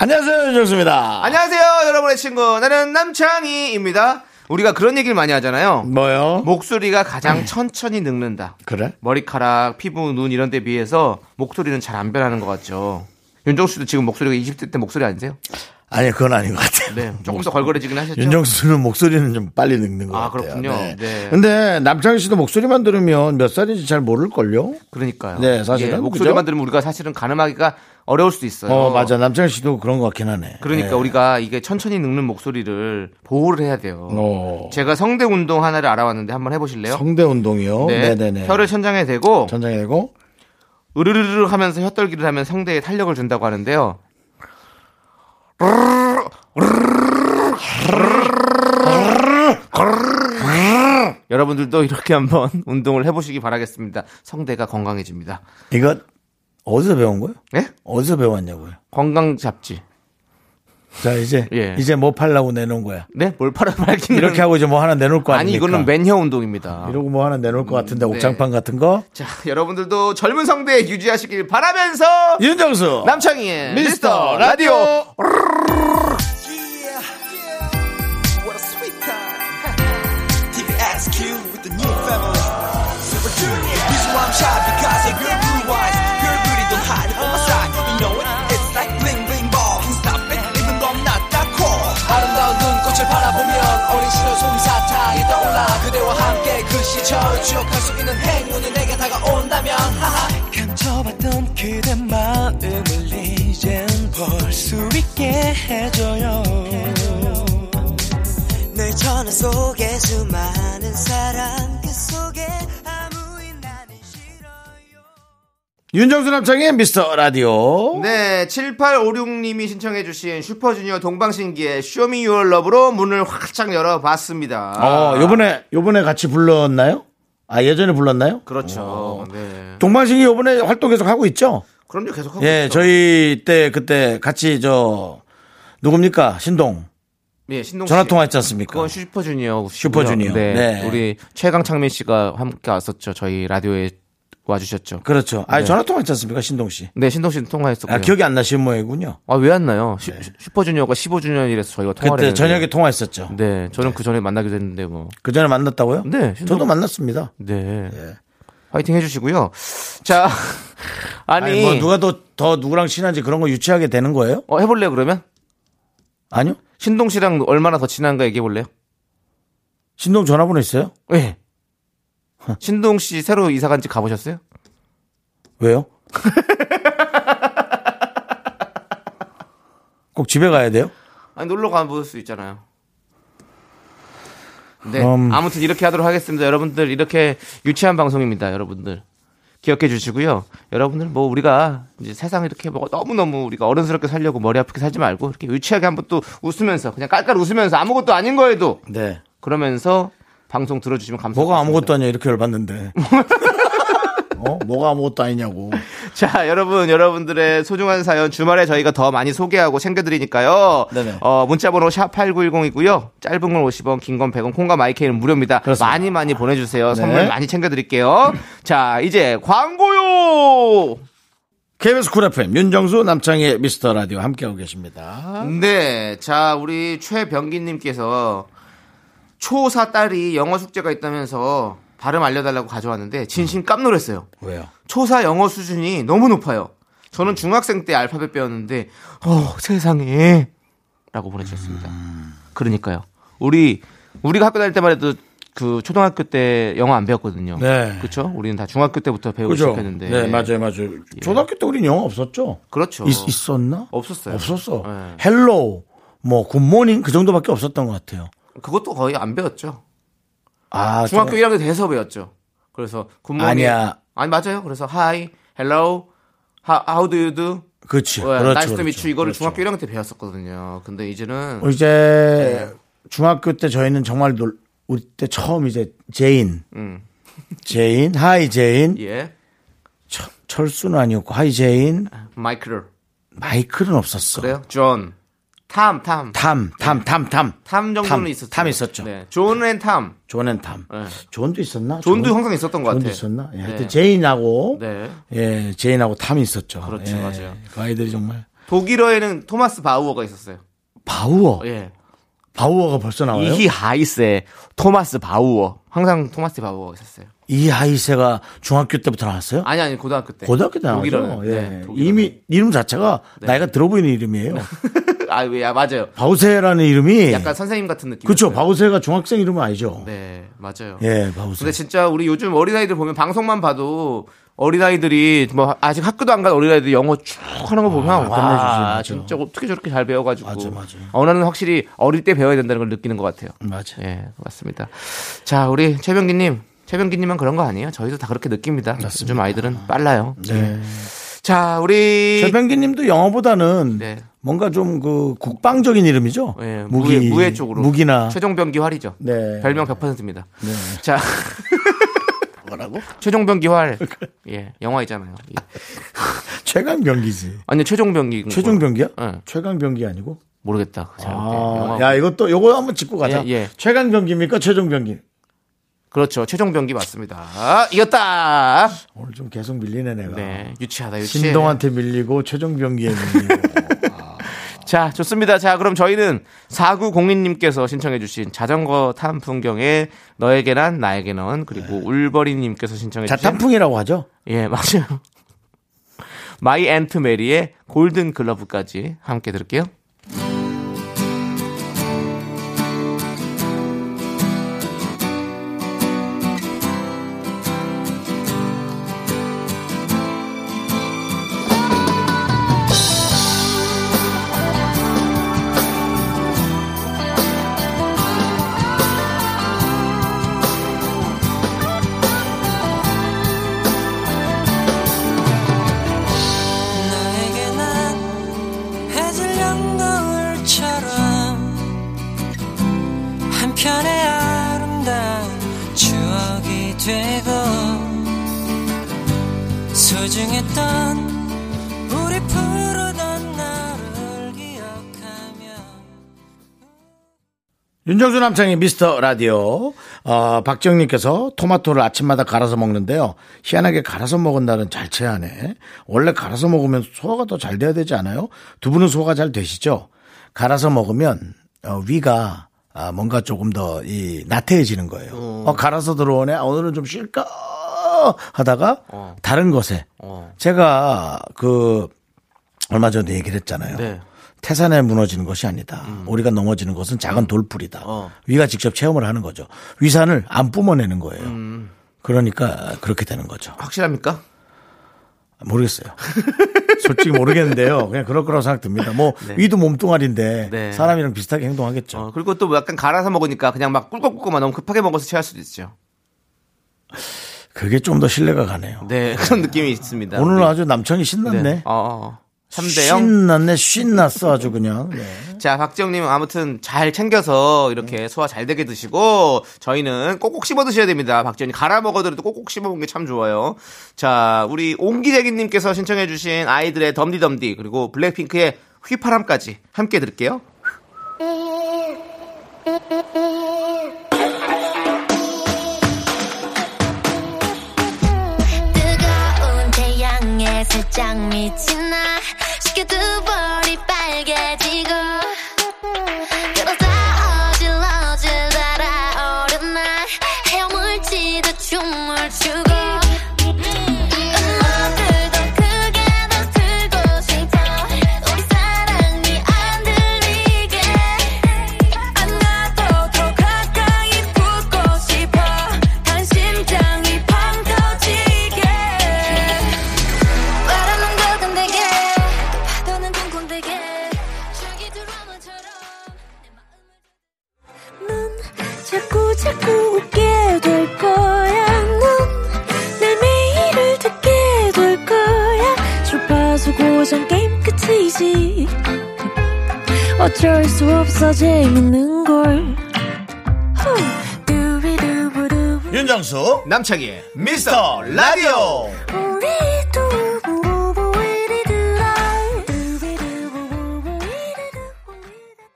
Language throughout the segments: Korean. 안녕하세요, 윤정수입니다. 안녕하세요, 여러분의 친구. 나는 남창희입니다. 우리가 그런 얘기를 많이 하잖아요. 뭐요? 목소리가 네. 가장 천천히 늙는다. 그래? 머리카락, 피부, 눈 이런 데 비해서 목소리는 잘 안 변하는 것 같죠. 윤정수 씨도 지금 목소리가 20대 때 목소리 아니세요? 아니, 그건 아닌 것 같아요. 네. 조금 더 걸거려지긴 하셨죠? 윤정수는 목소리는 좀 빨리 늙는 것 아, 같아요. 그렇군요. 네. 근데 남창희 씨도 목소리만 들으면 몇 살인지 잘 모를걸요? 그러니까요. 네, 사실은. 예, 그죠? 목소리만 들으면 우리가 사실은 가늠하기가 어려울 수도 있어요. 어, 맞아. 남창희 씨도 그런 것 같긴 하네. 그러니까 네. 우리가 이게 천천히 늙는 목소리를 보호를 해야 돼요. 어, 제가 성대 운동 하나를 알아왔는데 한번 해보실래요? 성대 운동이요. 네, 네, 네. 혀를 천장에 대고 전장에 대고. 으르르르 하면서 혀떨기를 하면 성대에 탄력을 준다고 하는데요. 여러분들도 이렇게 한번 운동을 해보시기 바라겠습니다. 성대가 건강해집니다. 이거 어디서 배운 거예요? 예? 어디서 배웠냐고요? 건강 잡지. 자, 이제 예. 이제 뭐 팔라고 내놓은 거야. 네? 뭘 팔아 말기는 이렇게 하고 이제 뭐 하나 내놓을 거 아니 아닙니까? 이거는 맨혀 운동입니다. 이러고 뭐 하나 내놓을 것 같은데 네. 옥장판 같은 거. 자, 여러분들도 젊은 성대 유지하시길 바라면서 윤정수. 남창희의 예. 미스터 미스터 라디오 감춰봤던 그대 마음을 이젠 볼 수 있게 해줘요 늘 전화 속에 수많은 사랑 그 속에 아무인 나는 싫어요 윤정수 남창희 미스터 라디오. 네, 7856님이 신청해주신 슈퍼주니어 동방신기의 쇼미유얼러브로 문을 활짝 열어봤습니다. 어, 요번에 요번에 같이 불렀나요? 아, 예전에 불렀나요? 어. 그렇죠. 네. 동방신기 요번에 활동 계속 하고 있죠? 그럼요, 계속하고 예, 있죠. 저희 때 그때 같이 저 누굽니까? 신동. 예, 신동 씨. 전화 통화했지 않습니까? 그건 슈퍼주니어. 고요. 슈퍼주니어. 네. 네. 우리 최강창민 씨가 함께 왔었죠. 저희 라디오에 와주셨죠. 그렇죠. 아니 전화 통화했지 않습니까? 신동 씨. 네, 신동 씨도 통화했었고요. 아, 기억이 안 나신 모양이군요. 아, 왜 안 나요? 슈- 슈퍼주니어가 15주년이라서 저희가 통화를 그때 했는데. 저녁에 통화했었죠. 네, 저는 그 전에 만나기도 했는데 뭐. 그 전에 만났다고요? 네, 저도 신동- 만났습니다. 네. 예. 화이팅 해주시고요. 자, 아니, 아니, 뭐 누가 더, 더 누구랑 친한지 그런 거 유치하게 되는 거예요? 어, 해볼래요 그러면? 아니요. 신동 씨랑 얼마나 더 친한가 얘기해 볼래요? 신동 전화번호 있어요? 예. 신동 씨 새로 이사 간 집 가보셨어요? 왜요? 꼭 집에 가야 돼요? 아니 놀러 가볼 수 있잖아요. 네. 음. 아무튼 이렇게 하도록 하겠습니다. 여러분들 이렇게 유치한 방송입니다. 여러분들 기억해 주시고요. 여러분들 뭐 우리가 이제 세상 이렇게 뭐 너무 너무 우리가 어른스럽게 살려고 머리 아프게 살지 말고 이렇게 유치하게 한번 또 웃으면서 그냥 깔깔 웃으면서 아무것도 아닌 거에도 네. 그러면서 방송 들어주시면 감사합니다. 뭐가 아무것도 아니야 이렇게 열받는데. 어? 뭐가 아무것도 아니냐고. 자, 여러분, 여러분들의 소중한 사연 주말에 저희가 더 많이 소개하고 챙겨드리니까요. 네네. 어, 문자번호 샵8910이고요. 짧은 건 50원, 긴 건 100원, 콩과 마이케이는 무료입니다. 그렇습니다. 많이 많이 보내주세요. 네. 선물 많이 챙겨드릴게요. 자, 이제 광고요! KBS 쿨 FM 윤정수 남창의 미스터 라디오 함께하고 계십니다. 네, 자, 우리 최병기님께서 초사 딸이 영어 숙제가 있다면서 발음 알려달라고 가져왔는데 진심 깜놀했어요. 왜요? 초사 영어 수준이 너무 높아요. 저는 중학생 때 알파벳 배웠는데, 어, 세상에. 라고 보내주셨습니다. 그러니까요. 우리, 우리가 학교 다닐 때만 해도 그 초등학교 때 영어 안 배웠거든요. 네. 그렇죠? 우리는 다 중학교 때부터 배우기 그죠? 시작했는데. 네, 맞아요, 맞아요. 초등학교 때 우린 영어 없었죠? 예. 그렇죠. 있, 있었나? 없었어요. 없었어. 네. 헬로우, 뭐, 굿모닝 그 정도밖에 없었던 것 같아요. 그것도 거의 안 배웠죠. 아, 중학교 저는- 1학년 돼서 배웠죠. 그래서 굿모닝. 아니야. 아니 맞아요. 그래서 hi, hello, how, how do you do, 그렇지. 뭐, 그렇죠. 나이스 그렇죠. 미추 이거를 그렇죠. 어, 중학교 1학년 때 배웠었거든요. 근데 이제는 뭐 이제 네. 중학교 때 저희는 정말 놀 우리 때 처음 이제 제인, 음. 제인, 하이 제인, 예 철- 철수는 아니었고 하이 제인, 마이클 마이클은 없었어. 그래요? 예. 존, 탐, 탐, 탐, 탐, 탐, 탐. 탐 정도는 탐, 있었죠. 탐 있었죠. 네, 존앤 탐. 존앤 탐. 존도 있었나? 예. 존도 존- 항상 있었던 것 존도 같아요. 있었나? 예, 하여튼 네. 제인하고 네. 예, 제인하고 탐이 있었죠. 그렇죠, 예, 맞아요. 그 아이들이 정말 독일어에는 토마스 바우어가 있었어요. 바우어, 예. 바우어가 벌써 나와요. 이히 하이스의 토마스 바우어. 항상 토마스 바우어가 있었어요. 이 하이세가 중학교 때부터 나왔어요? 아니 아니 고등학교 때. 고등학교 때 나왔죠. 독일어는. 예. 네, 독일어는. 이미 이름 자체가 나이가 들어 보이는 이름이에요. 아, 왜, 아, 맞아요. 바우세라는 이름이 약간 선생님 같은 느낌. 예. 그렇죠. 바우세가 중학생 이름은 아니죠. 네, 맞아요. 예, 바우세. 근데 진짜 우리 요즘 어린아이들 보면 방송만 봐도 어린아이들이 뭐 아직 학교도 안 간 어린아이들 영어 쭉 하는 거 보면 와 끝내주지, 아, 맞아. 진짜 어떻게 저렇게 잘 배워가지고 맞아, 맞아. 언어는 확실히 어릴 때 배워야 된다는 걸 느끼는 것 같아요. 맞아요. 예 맞습니다. 자 우리 최병기님 최병기님은 그런 거 아니에요? 저희도 다 그렇게 느낍니다. 요즘 아이들은 빨라요. 예. 자 우리 네. 최병기 님도 영어보다는 네. 뭔가 좀 그 국방적인 이름이죠. 예, 무기 무해, 무해 쪽으로 무기나 최종병기 활이죠. 네. 별명 100%입니다. 자 네. 뭐라고? 최종병기 활. 예 영화이잖아요. 예. 최강병기지. 아니 최종병기. 최종병기야? 네. 최강병기 아니고? 모르겠다. 그 사람. 예, 아, 영화. 야, 이것도 요거 한번 짚고 가자. 예, 예. 최강병기입니까? 최종병기. 그렇죠. 최종병기 맞습니다. 이겼다. 오늘 좀 계속 밀리네 내가. 네 유치하다 유치. 신동한테 밀리고 최종병기에 밀리고. 자, 좋습니다. 자, 그럼 저희는 4902님께서 신청해주신 자전거 탄 풍경에 너에게 난 나에게 넌 그리고 울버리님께서 신청해주신 자탄풍이라고 하죠. 예, 맞아요. 마이 앤트 메리의 골든 글러브까지 함께 들을게요. 나에게 난 해질녘 거울처럼 한 편의 아름다운 추억이 되고 소중했던 우리 푸르던 나를 기억하며 윤정수 남창의 미스터 라디오. 어, 박정님께서 토마토를 아침마다 갈아서 먹는데요. 희한하게 갈아서 먹은 날은 잘 체하네. 원래 갈아서 먹으면 소화가 더 잘 돼야 되지 않아요? 두 분은 소화가 잘 되시죠? 갈아서 먹으면 어, 위가 아, 뭔가 조금 더 이 나태해지는 거예요. 어, 갈아서 들어오네. 아, 오늘은 좀 쉴까 하다가 다른 것에 제가 그 얼마 전에 얘기를 했잖아요. 네. 음. 태산에 무너지는 것이 아니다. 우리가 넘어지는 것은 작은 돌풀이다. 어. 위가 직접 체험을 하는 거죠. 위산을 안 뿜어내는 거예요. 음. 그러니까 그렇게 되는 거죠. 확실합니까? 모르겠어요. 솔직히 모르겠는데요. 그냥 그럴 거라고 생각됩니다. 뭐 위도 몸뚱아리인데 네. 사람이랑 비슷하게 행동하겠죠. 어, 그리고 또 약간 갈아서 먹으니까 그냥 막 꿀꺽꿀꺽만 너무 급하게 먹어서 체할 수도 있죠. 그게 좀 더 신뢰가 가네요. 네, 그런 느낌이 있습니다. 오늘 네. 아주 남청이 신났네. 네. 어, 어. 3대 0. 신났네. 신났어 아주 그냥. 네. 자, 박지영님 아무튼 잘 챙겨서 이렇게 소화 잘 되게 드시고 저희는 꼭꼭 씹어 드셔야 됩니다. 박지영님 갈아 먹어도 꼭꼭 씹어 먹는 게 참 좋아요. 자, 우리 옹기재기님께서 신청해주신 아이들의 덤디덤디 그리고 블랙핑크의 휘파람까지 함께 들을게요. 뜨거운 태양에 살짝 미친 나 식혀 두 볼이 빨개지고 들어서 어질러질 달아오른 날 헤엄을 치듯 춤을 추고 오늘도 크게 더 들고 싶어 우리 사랑이 안 들리게 안아도 더 가까이 붙고 싶어 단 심장이 팡 터지게 바람은 거동되게 또 파도는 쿵쿵대게 줄기 드라마처럼 내 마음을 넌 자꾸 자꾸 웃게 될 거야. 넌내 어쩔 수 없어 재밌는 걸 후. 두비두부두. 윤정수 남창희의 미스터 라디오 우리 두부부부 이리들아. 두비두부부부 이리두부리두.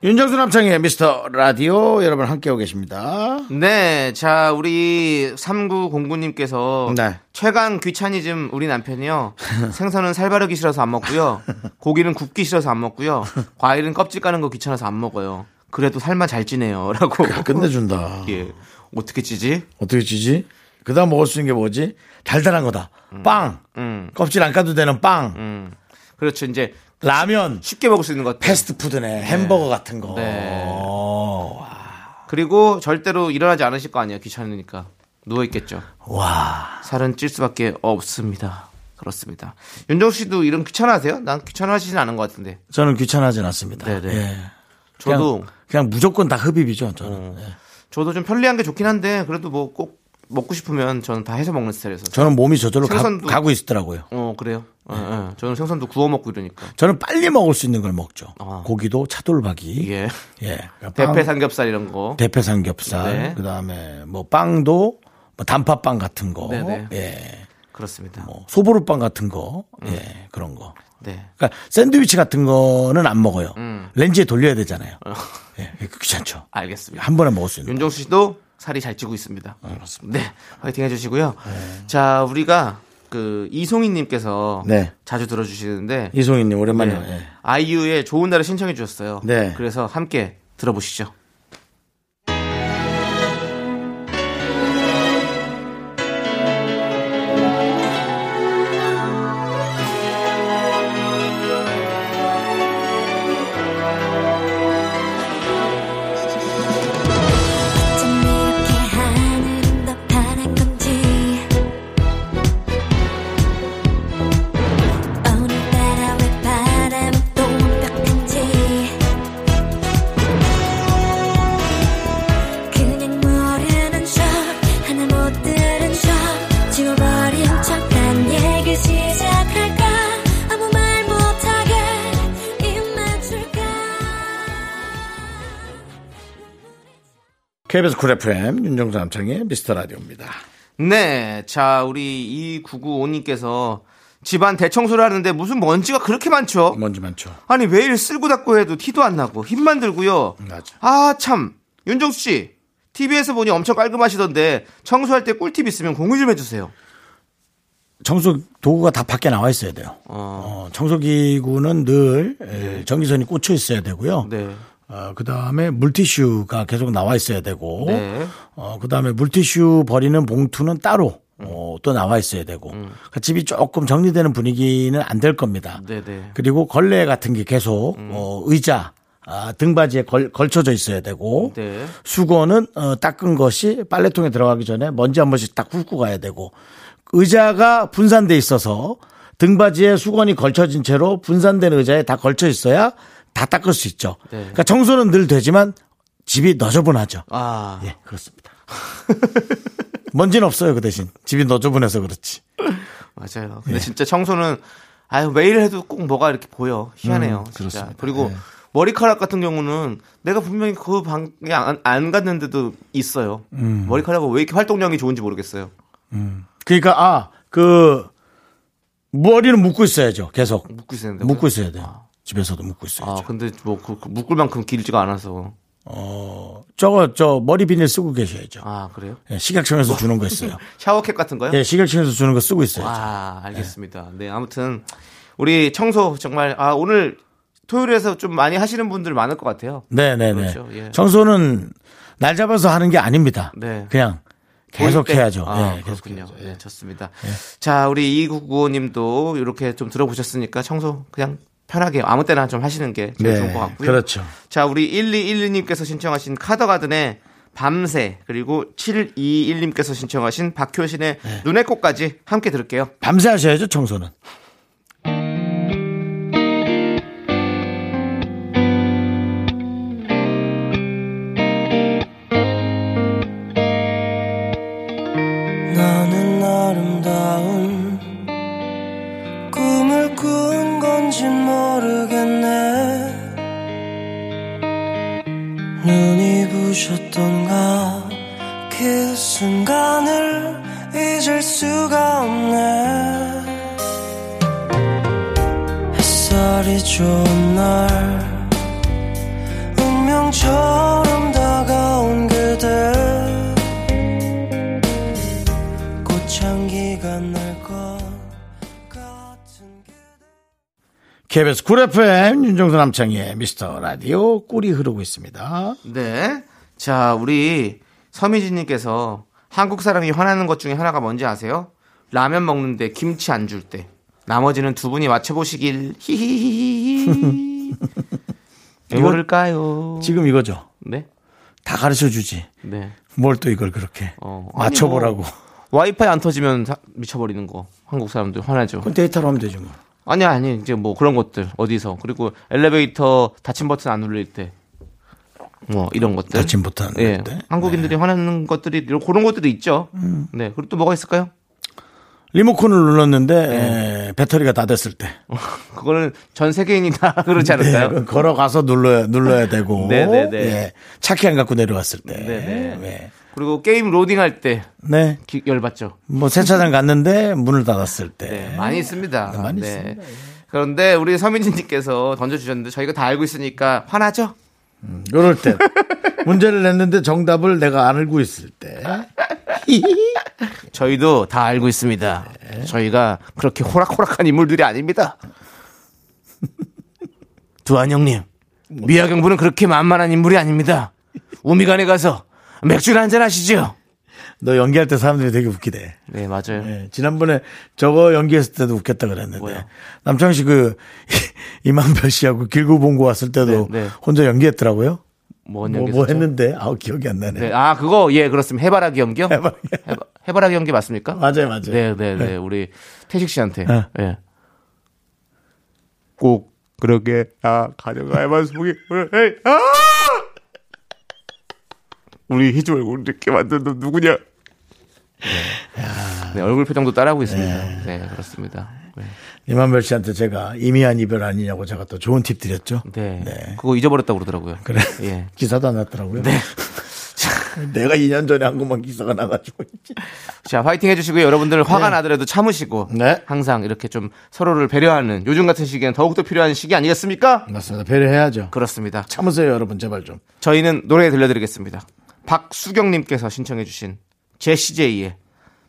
윤정수 남창의 미스터 라디오 여러분 함께하고 계십니다 네, 자, 우리 3909님께서 네. 최강 귀차니즘 우리 남편이요. 생선은 살 바르기 싫어서 안 먹고요. 고기는 굽기 싫어서 안 먹고요. 과일은 껍질 까는 거 귀찮아서 안 먹어요. 그래도 살만 잘 찌네요. 라고. 끝내준다 예. 어떻게 찌지? 어떻게 찌지? 그다음 먹을 수 있는 게 뭐지? 달달한 거다 빵 음. 껍질 안 까도 되는 빵 음. 그렇죠. 이제 라면 쉽게 먹을 수 있는 것. 패스트푸드네 햄버거 같은 거 네. 오, 와. 그리고 절대로 일어나지 않으실 거 아니에요. 귀찮으니까. 누워있겠죠. 와 살은 찔 수밖에 없습니다. 그렇습니다. 윤정 씨도 이런 귀찮아하세요? 난 귀찮아하시진 않은 것 같은데. 저는 귀찮아하진 않습니다 네네. 예. 그냥, 저도 음. 그냥 무조건 다 흡입이죠 저는 예. 저도 좀 편리한 게 좋긴 한데 그래도 뭐 꼭 먹고 싶으면 저는 다 해서 먹는 스타일이어서. 저는 몸이 저절로 가, 생선도- 가고 있더라고요 어 그래요. 예, 예. 저는 생선도 구워 먹고 이러니까. 저는 빨리 먹을 수 있는 걸 먹죠 아. 고기도 차돌박이 예. 예. 그러니까 빵- 대패 삼겹살 이런 거. 대패 삼겹살, 네. 그다음에 뭐 빵도 뭐 단팥빵 같은 거, 네네. 예, 그렇습니다. 뭐 소보루빵 같은 거, 음. 예, 그런 거. 네. 그러니까 샌드위치 같은 거는 안 먹어요. 음. 렌즈에 돌려야 되잖아요. 예, 귀찮죠. 알겠습니다. 한 번에 먹을 수 있는. 거. 어. 윤정수 씨도 살이 잘 찌고 있습니다. 그렇습니다. 네. 화이팅 해주시고요. 자 우리가 그 이송희님께서 네. 예, 자주 들어주시는데 이송희님 오랜만에. 요 예. 네. 아이유의 좋은 날을 신청해 주셨어요. 네. 그래서 함께 들어보시죠. 어쩜 이렇게 하늘은 더 파란 건지 오늘따라 왜 바람은 또 완벽한지 그냥 모르는 척 하나 못 들은 척 지워버린 척난 얘기 시작할까 아무 말 못하게 입 맞출까 KBS 쿨 FM 윤정수 남창의 미스터 라디오입니다. 네. 자, 우리 2995님께서 집안 대청소를 하는데 무슨 먼지가 그렇게 많죠? 먼지 많죠. 아니, 매일 쓸고 닦고 해도 티도 안 나고 힘만 들고요. 맞아. 아, 참. 윤정수 씨. TV에서 보니 엄청 깔끔하시던데 청소할 때 꿀팁 있으면 공유 좀 해주세요. 청소 도구가 다 밖에 나와 있어야 돼요. 어, 청소기구는 늘 에, 전기선이 꽂혀 있어야 되고요. 네. 어, 그 다음에 물티슈가 계속 나와 있어야 되고, 네. 어, 그 다음에 물티슈 버리는 봉투는 따로 음. 어, 또 나와 있어야 되고, 그러니까 집이 조금 정리되는 분위기는 안 될 겁니다. 네네. 음. 그리고 걸레 같은 게 계속 어, 의자, 아, 등받이에 걸, 걸쳐져 있어야 되고, 네. 수건은 어, 닦은 것이 빨래통에 들어가기 전에 먼지 한 번씩 딱 훑고 가야 되고 의자가 분산돼 있어서 등받이에 수건이 걸쳐진 채로 분산된 의자에 다 걸쳐 있어야 다 닦을 수 있죠. 네. 그러니까 청소는 늘 되지만 집이 너저분하죠. 아. 예, 그렇습니다. 먼지는 없어요 그 대신 집이 너저분해서 그렇지. 맞아요. 예. 근데 진짜 청소는 아유 매일 해도 꼭 뭐가 이렇게 보여 희한해요. 진짜. 음, 그렇습니다. 그리고 네. 머리카락 같은 경우는 내가 분명히 그 방에 안, 안 갔는데도 있어요. 음. 머리카락은 왜 이렇게 활동량이 좋은지 모르겠어요. 그러니까 아그 머리는 묶고 있어야죠. 계속 묶고 있는데 묶고 있어야 돼요. 집에서도 묶고 있어야죠. 아그 근데 뭐 그, 그 묶을 만큼 길지가 않아서 어, 저거 저 머리 비닐 쓰고 계셔야죠. 아 그래요? 예, 뭐? 식약청에서 주는 거 있어요. 샤워캡 같은 거요? 예, 식약청에서 주는 거 쓰고 있어요. 아 알겠습니다. 네 아무튼 우리 청소 정말 아 오늘 토요일에서 좀 많이 하시는 분들 많을 것 같아요. 네, 네, 네. 그렇죠, 예. 청소는 날 잡아서 하는 게 아닙니다. 네. 그냥 보일 계속 때. 해야죠. 아, 예, 계속 그렇군요. 해야죠. 네, 좋습니다. 자, 우리 2995님도 이렇게 좀 들어보셨으니까 청소 그냥 편하게 아무 때나 좀 하시는 게 제일 네, 좋은 것 같고요. 그렇죠. 자, 우리 1212님께서 신청하신 카더가든의 밤새 그리고 721님께서 신청하신 박효신의 네. 눈의 꽃까지 함께 들을게요. 밤새 하셔야죠, 청소는. 나는 아름다운 꿈을 꾸은 건지 모르겠네 멈췄던가 그 순간을 잊을 수가 없네 햇살이 좋은 날 운명처럼 다가온 그대 꽃향기가 날 것 같은 그대 KBS 쿨 FM 윤정수 남창희의 미스터 라디오 꿀이 흐르고 있습니다. 네. 자, 우리 서미진님께서 한국 사람이 화나는 것 중에 하나가 뭔지 아세요? 라면 먹는데 김치 안 줄 때. 나머지는 두 분이 맞춰보시길. 히히히히. 왜 이거- 그럴까요? 지금 이거죠. 네. 다 가르쳐 주지. 네. 뭘 또 이걸 그렇게 어, 아니, 맞춰보라고. 뭐, 와이파이 안 터지면 사- 미쳐버리는 거. 한국 사람들 화나죠. 그건 데이터로 하면 되죠. 뭐. 아니, 아니, 이제 뭐 그런 것들. 어디서. 그리고 엘리베이터 닫힌 버튼 안 눌릴 때. 뭐 이런 것들. 닫힌 버튼 안 예. 눌릴 때? 한국인들이 화내는 것들이 이런- 그런 것들도 있죠. 음. 네. 그리고 또 뭐가 있을까요? 리모컨을 눌렀는데 예. 에, 배터리가 다 됐을 때 그거는 전 세계인이 다 그렇지 네, 않을까요? 그건 걸어가서 눌러야 눌러야 되고 네, 네, 네. 예, 차키 안 갖고 내려왔을 때 네, 네. 예. 그리고 게임 로딩할 때 네. 기- 열받죠. 뭐 세차장 갔는데 문을 닫았을 때 네, 많이 있습니다. 네, 많이 네. 있습니다. 그런데 우리 서민진님께서 던져주셨는데 저희가 다 알고 있으니까 화나죠? 이럴 때 문제를 냈는데 정답을 내가 안 알고 있을 때 저희도 다 알고 있습니다. 네. 저희가 그렇게 호락호락한 인물들이 아닙니다. 두한영님, 뭐. 미아경부는 그렇게 만만한 인물이 아닙니다. 우미관에 가서 맥주를 한잔 하시죠. 너 연기할 때 사람들이 되게 웃기대. 네, 맞아요. 예, 지난번에 저거 연기했을 때도 웃겼다 그랬는데 뭐요? 남창 씨그 이만별 씨하고 길고 봉고 왔을 때도 네, 네. 혼자 연기했더라고요. 뭐, 뭐, 뭐 했는데 아우 기억이 안 나네. 네, 아 그거 예 그렇습니다. 해바라기 연기요? 해바라기. 해바- 해바라기 연기 맞습니까? 맞아요, 맞아요. 네, 네, 네. 우리 태식 씨한테. 네. 예. 꼭 그렇게 다 가져가야만 속이 에이, 아! 우리 희주 얼굴 이렇게 만든 너 누구냐? 네, 얼굴 표정도 따라하고 있습니다. 네, 그렇습니다. 네. 이만별 씨한테 제가 임의한 이별 아니냐고 제가 또 좋은 팁 드렸죠. 네. 그거 잊어버렸다고 그러더라고요. 그래. 예. 기사도 안 났더라고요. 내가 2년 전에 한 것만 기사가 나가지고. 자, 화이팅 해주시고요. 여러분들 화가 나더라도 참으시고. 네. 항상 이렇게 좀 서로를 배려하는 요즘 같은 시기에는 더욱더 필요한 시기 아니겠습니까? 맞습니다. 배려해야죠. 그렇습니다. 참으세요, 여러분. 제발 좀. 저희는 노래 들려드리겠습니다. 박수경님께서 신청해주신 제시제이의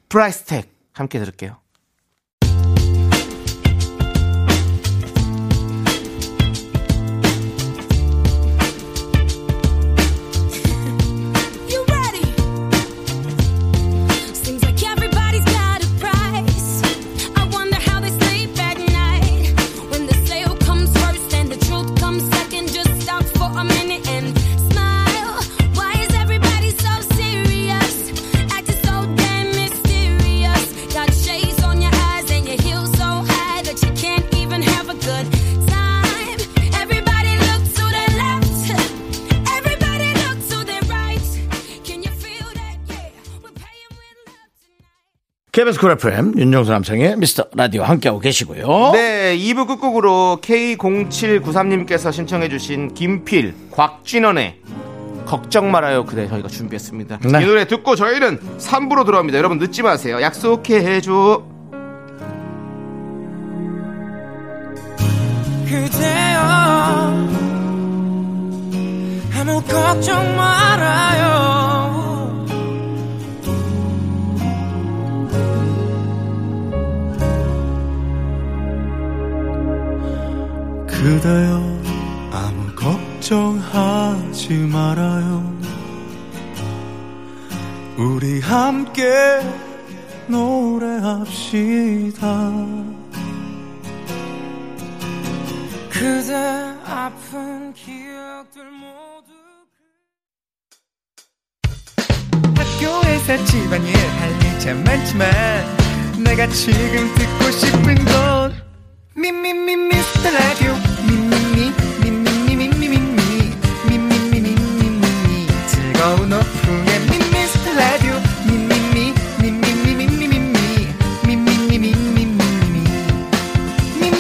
프라이스택 함께 들을게요. You ready? Seems like everybody's got a price. I wonder how they sleep at night when the sale comes first and the truth comes second. Just stop for a minute and smile. Why is everybody so serious? Acting so damn mysterious. Got shades on your eyes and your heels so high that you can't even have a good time. Everybody look to their left. Everybody look to their right. Can you feel that? Yeah, we're paying with love tonight. KBS 쿨 FM 윤정수 남창의 미스터 라디오 함께하고 계시고요. 네, 2부 끝곡으로 K0793님께서 신청해주신 김필, 곽진원의 걱정 말아요 그대 저희가 준비했습니다. 네. 이 노래 듣고 저희는 3부로 돌아옵니다. 여러분 늦지 마세요. 약속해줘. 그대여 아무 걱정 말아요 그대여 아무 걱정하지 말아요. 우리 함께 노래합시다. 그대 아픈 기억들 모두 그 학교에서 집안일 할 일 참 많지만 내가 지금 듣고 싶은 건 미미미 미스터 라디오 미미미 미미미 미미미 미미미 미미미 즐거운 오후에 미스터 라디오 미미미 미미미 미미미 미미미 미미미 미미미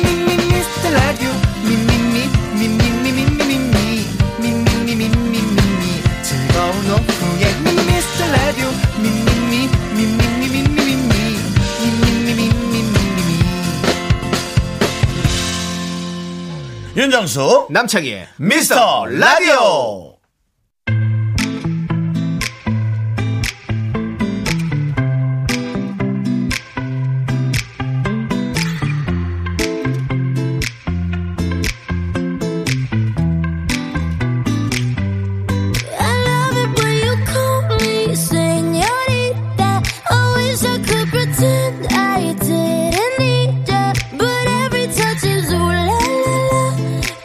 윤정수 남창희의 미스터 라디오 I love it when you call me señorita. I wish I could pretend I didn't need ya, but every touch is ooh la la la,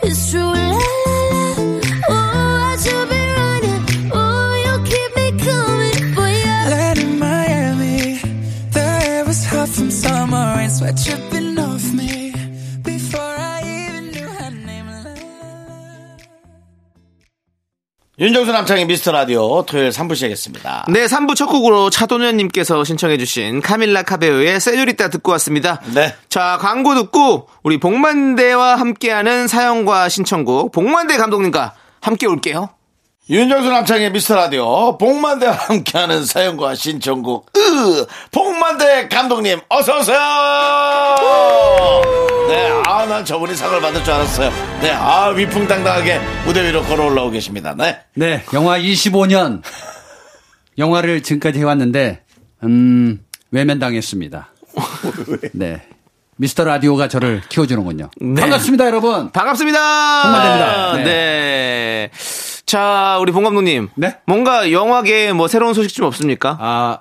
it's true la la la. Oh, I should be running. Oh, you keep me coming for ya. Let in Miami, the air was hot from summer rain, sweat dripping off me. Before I even knew her name, la, la, la. 윤정수 남창의 미스터 라디오 토요일 3부 시작했습니다 네, 3부 첫 곡으로 차도녀님께서 신청해주신 카밀라 카베오의 세뇨리따 듣고 왔습니다. 네. 자, 광고 듣고 우리 복만대와 함께하는 사연과 신청곡, 복만대 감독님과 함께 올게요. 윤정수 남창의 미스터 라디오 복만대와 함께하는 사연과 신청곡 으 복만대 감독님 어서 오세요. 네, 아 난 저분이 상을 받을 줄 알았어요. 네, 아 위풍당당하게 무대 위로 걸어 올라오고 계십니다. 네, 네, 영화 25년. 영화를 지금까지 해왔는데, 음, 외면당했습니다. 네. 미스터 라디오가 저를 키워주는군요. 네. 반갑습니다, 여러분. 반갑습니다. 복만대입니다. 네. 네. 자, 우리 봉 감독님. 네? 뭔가 영화계에 뭐 새로운 소식 좀 없습니까? 아,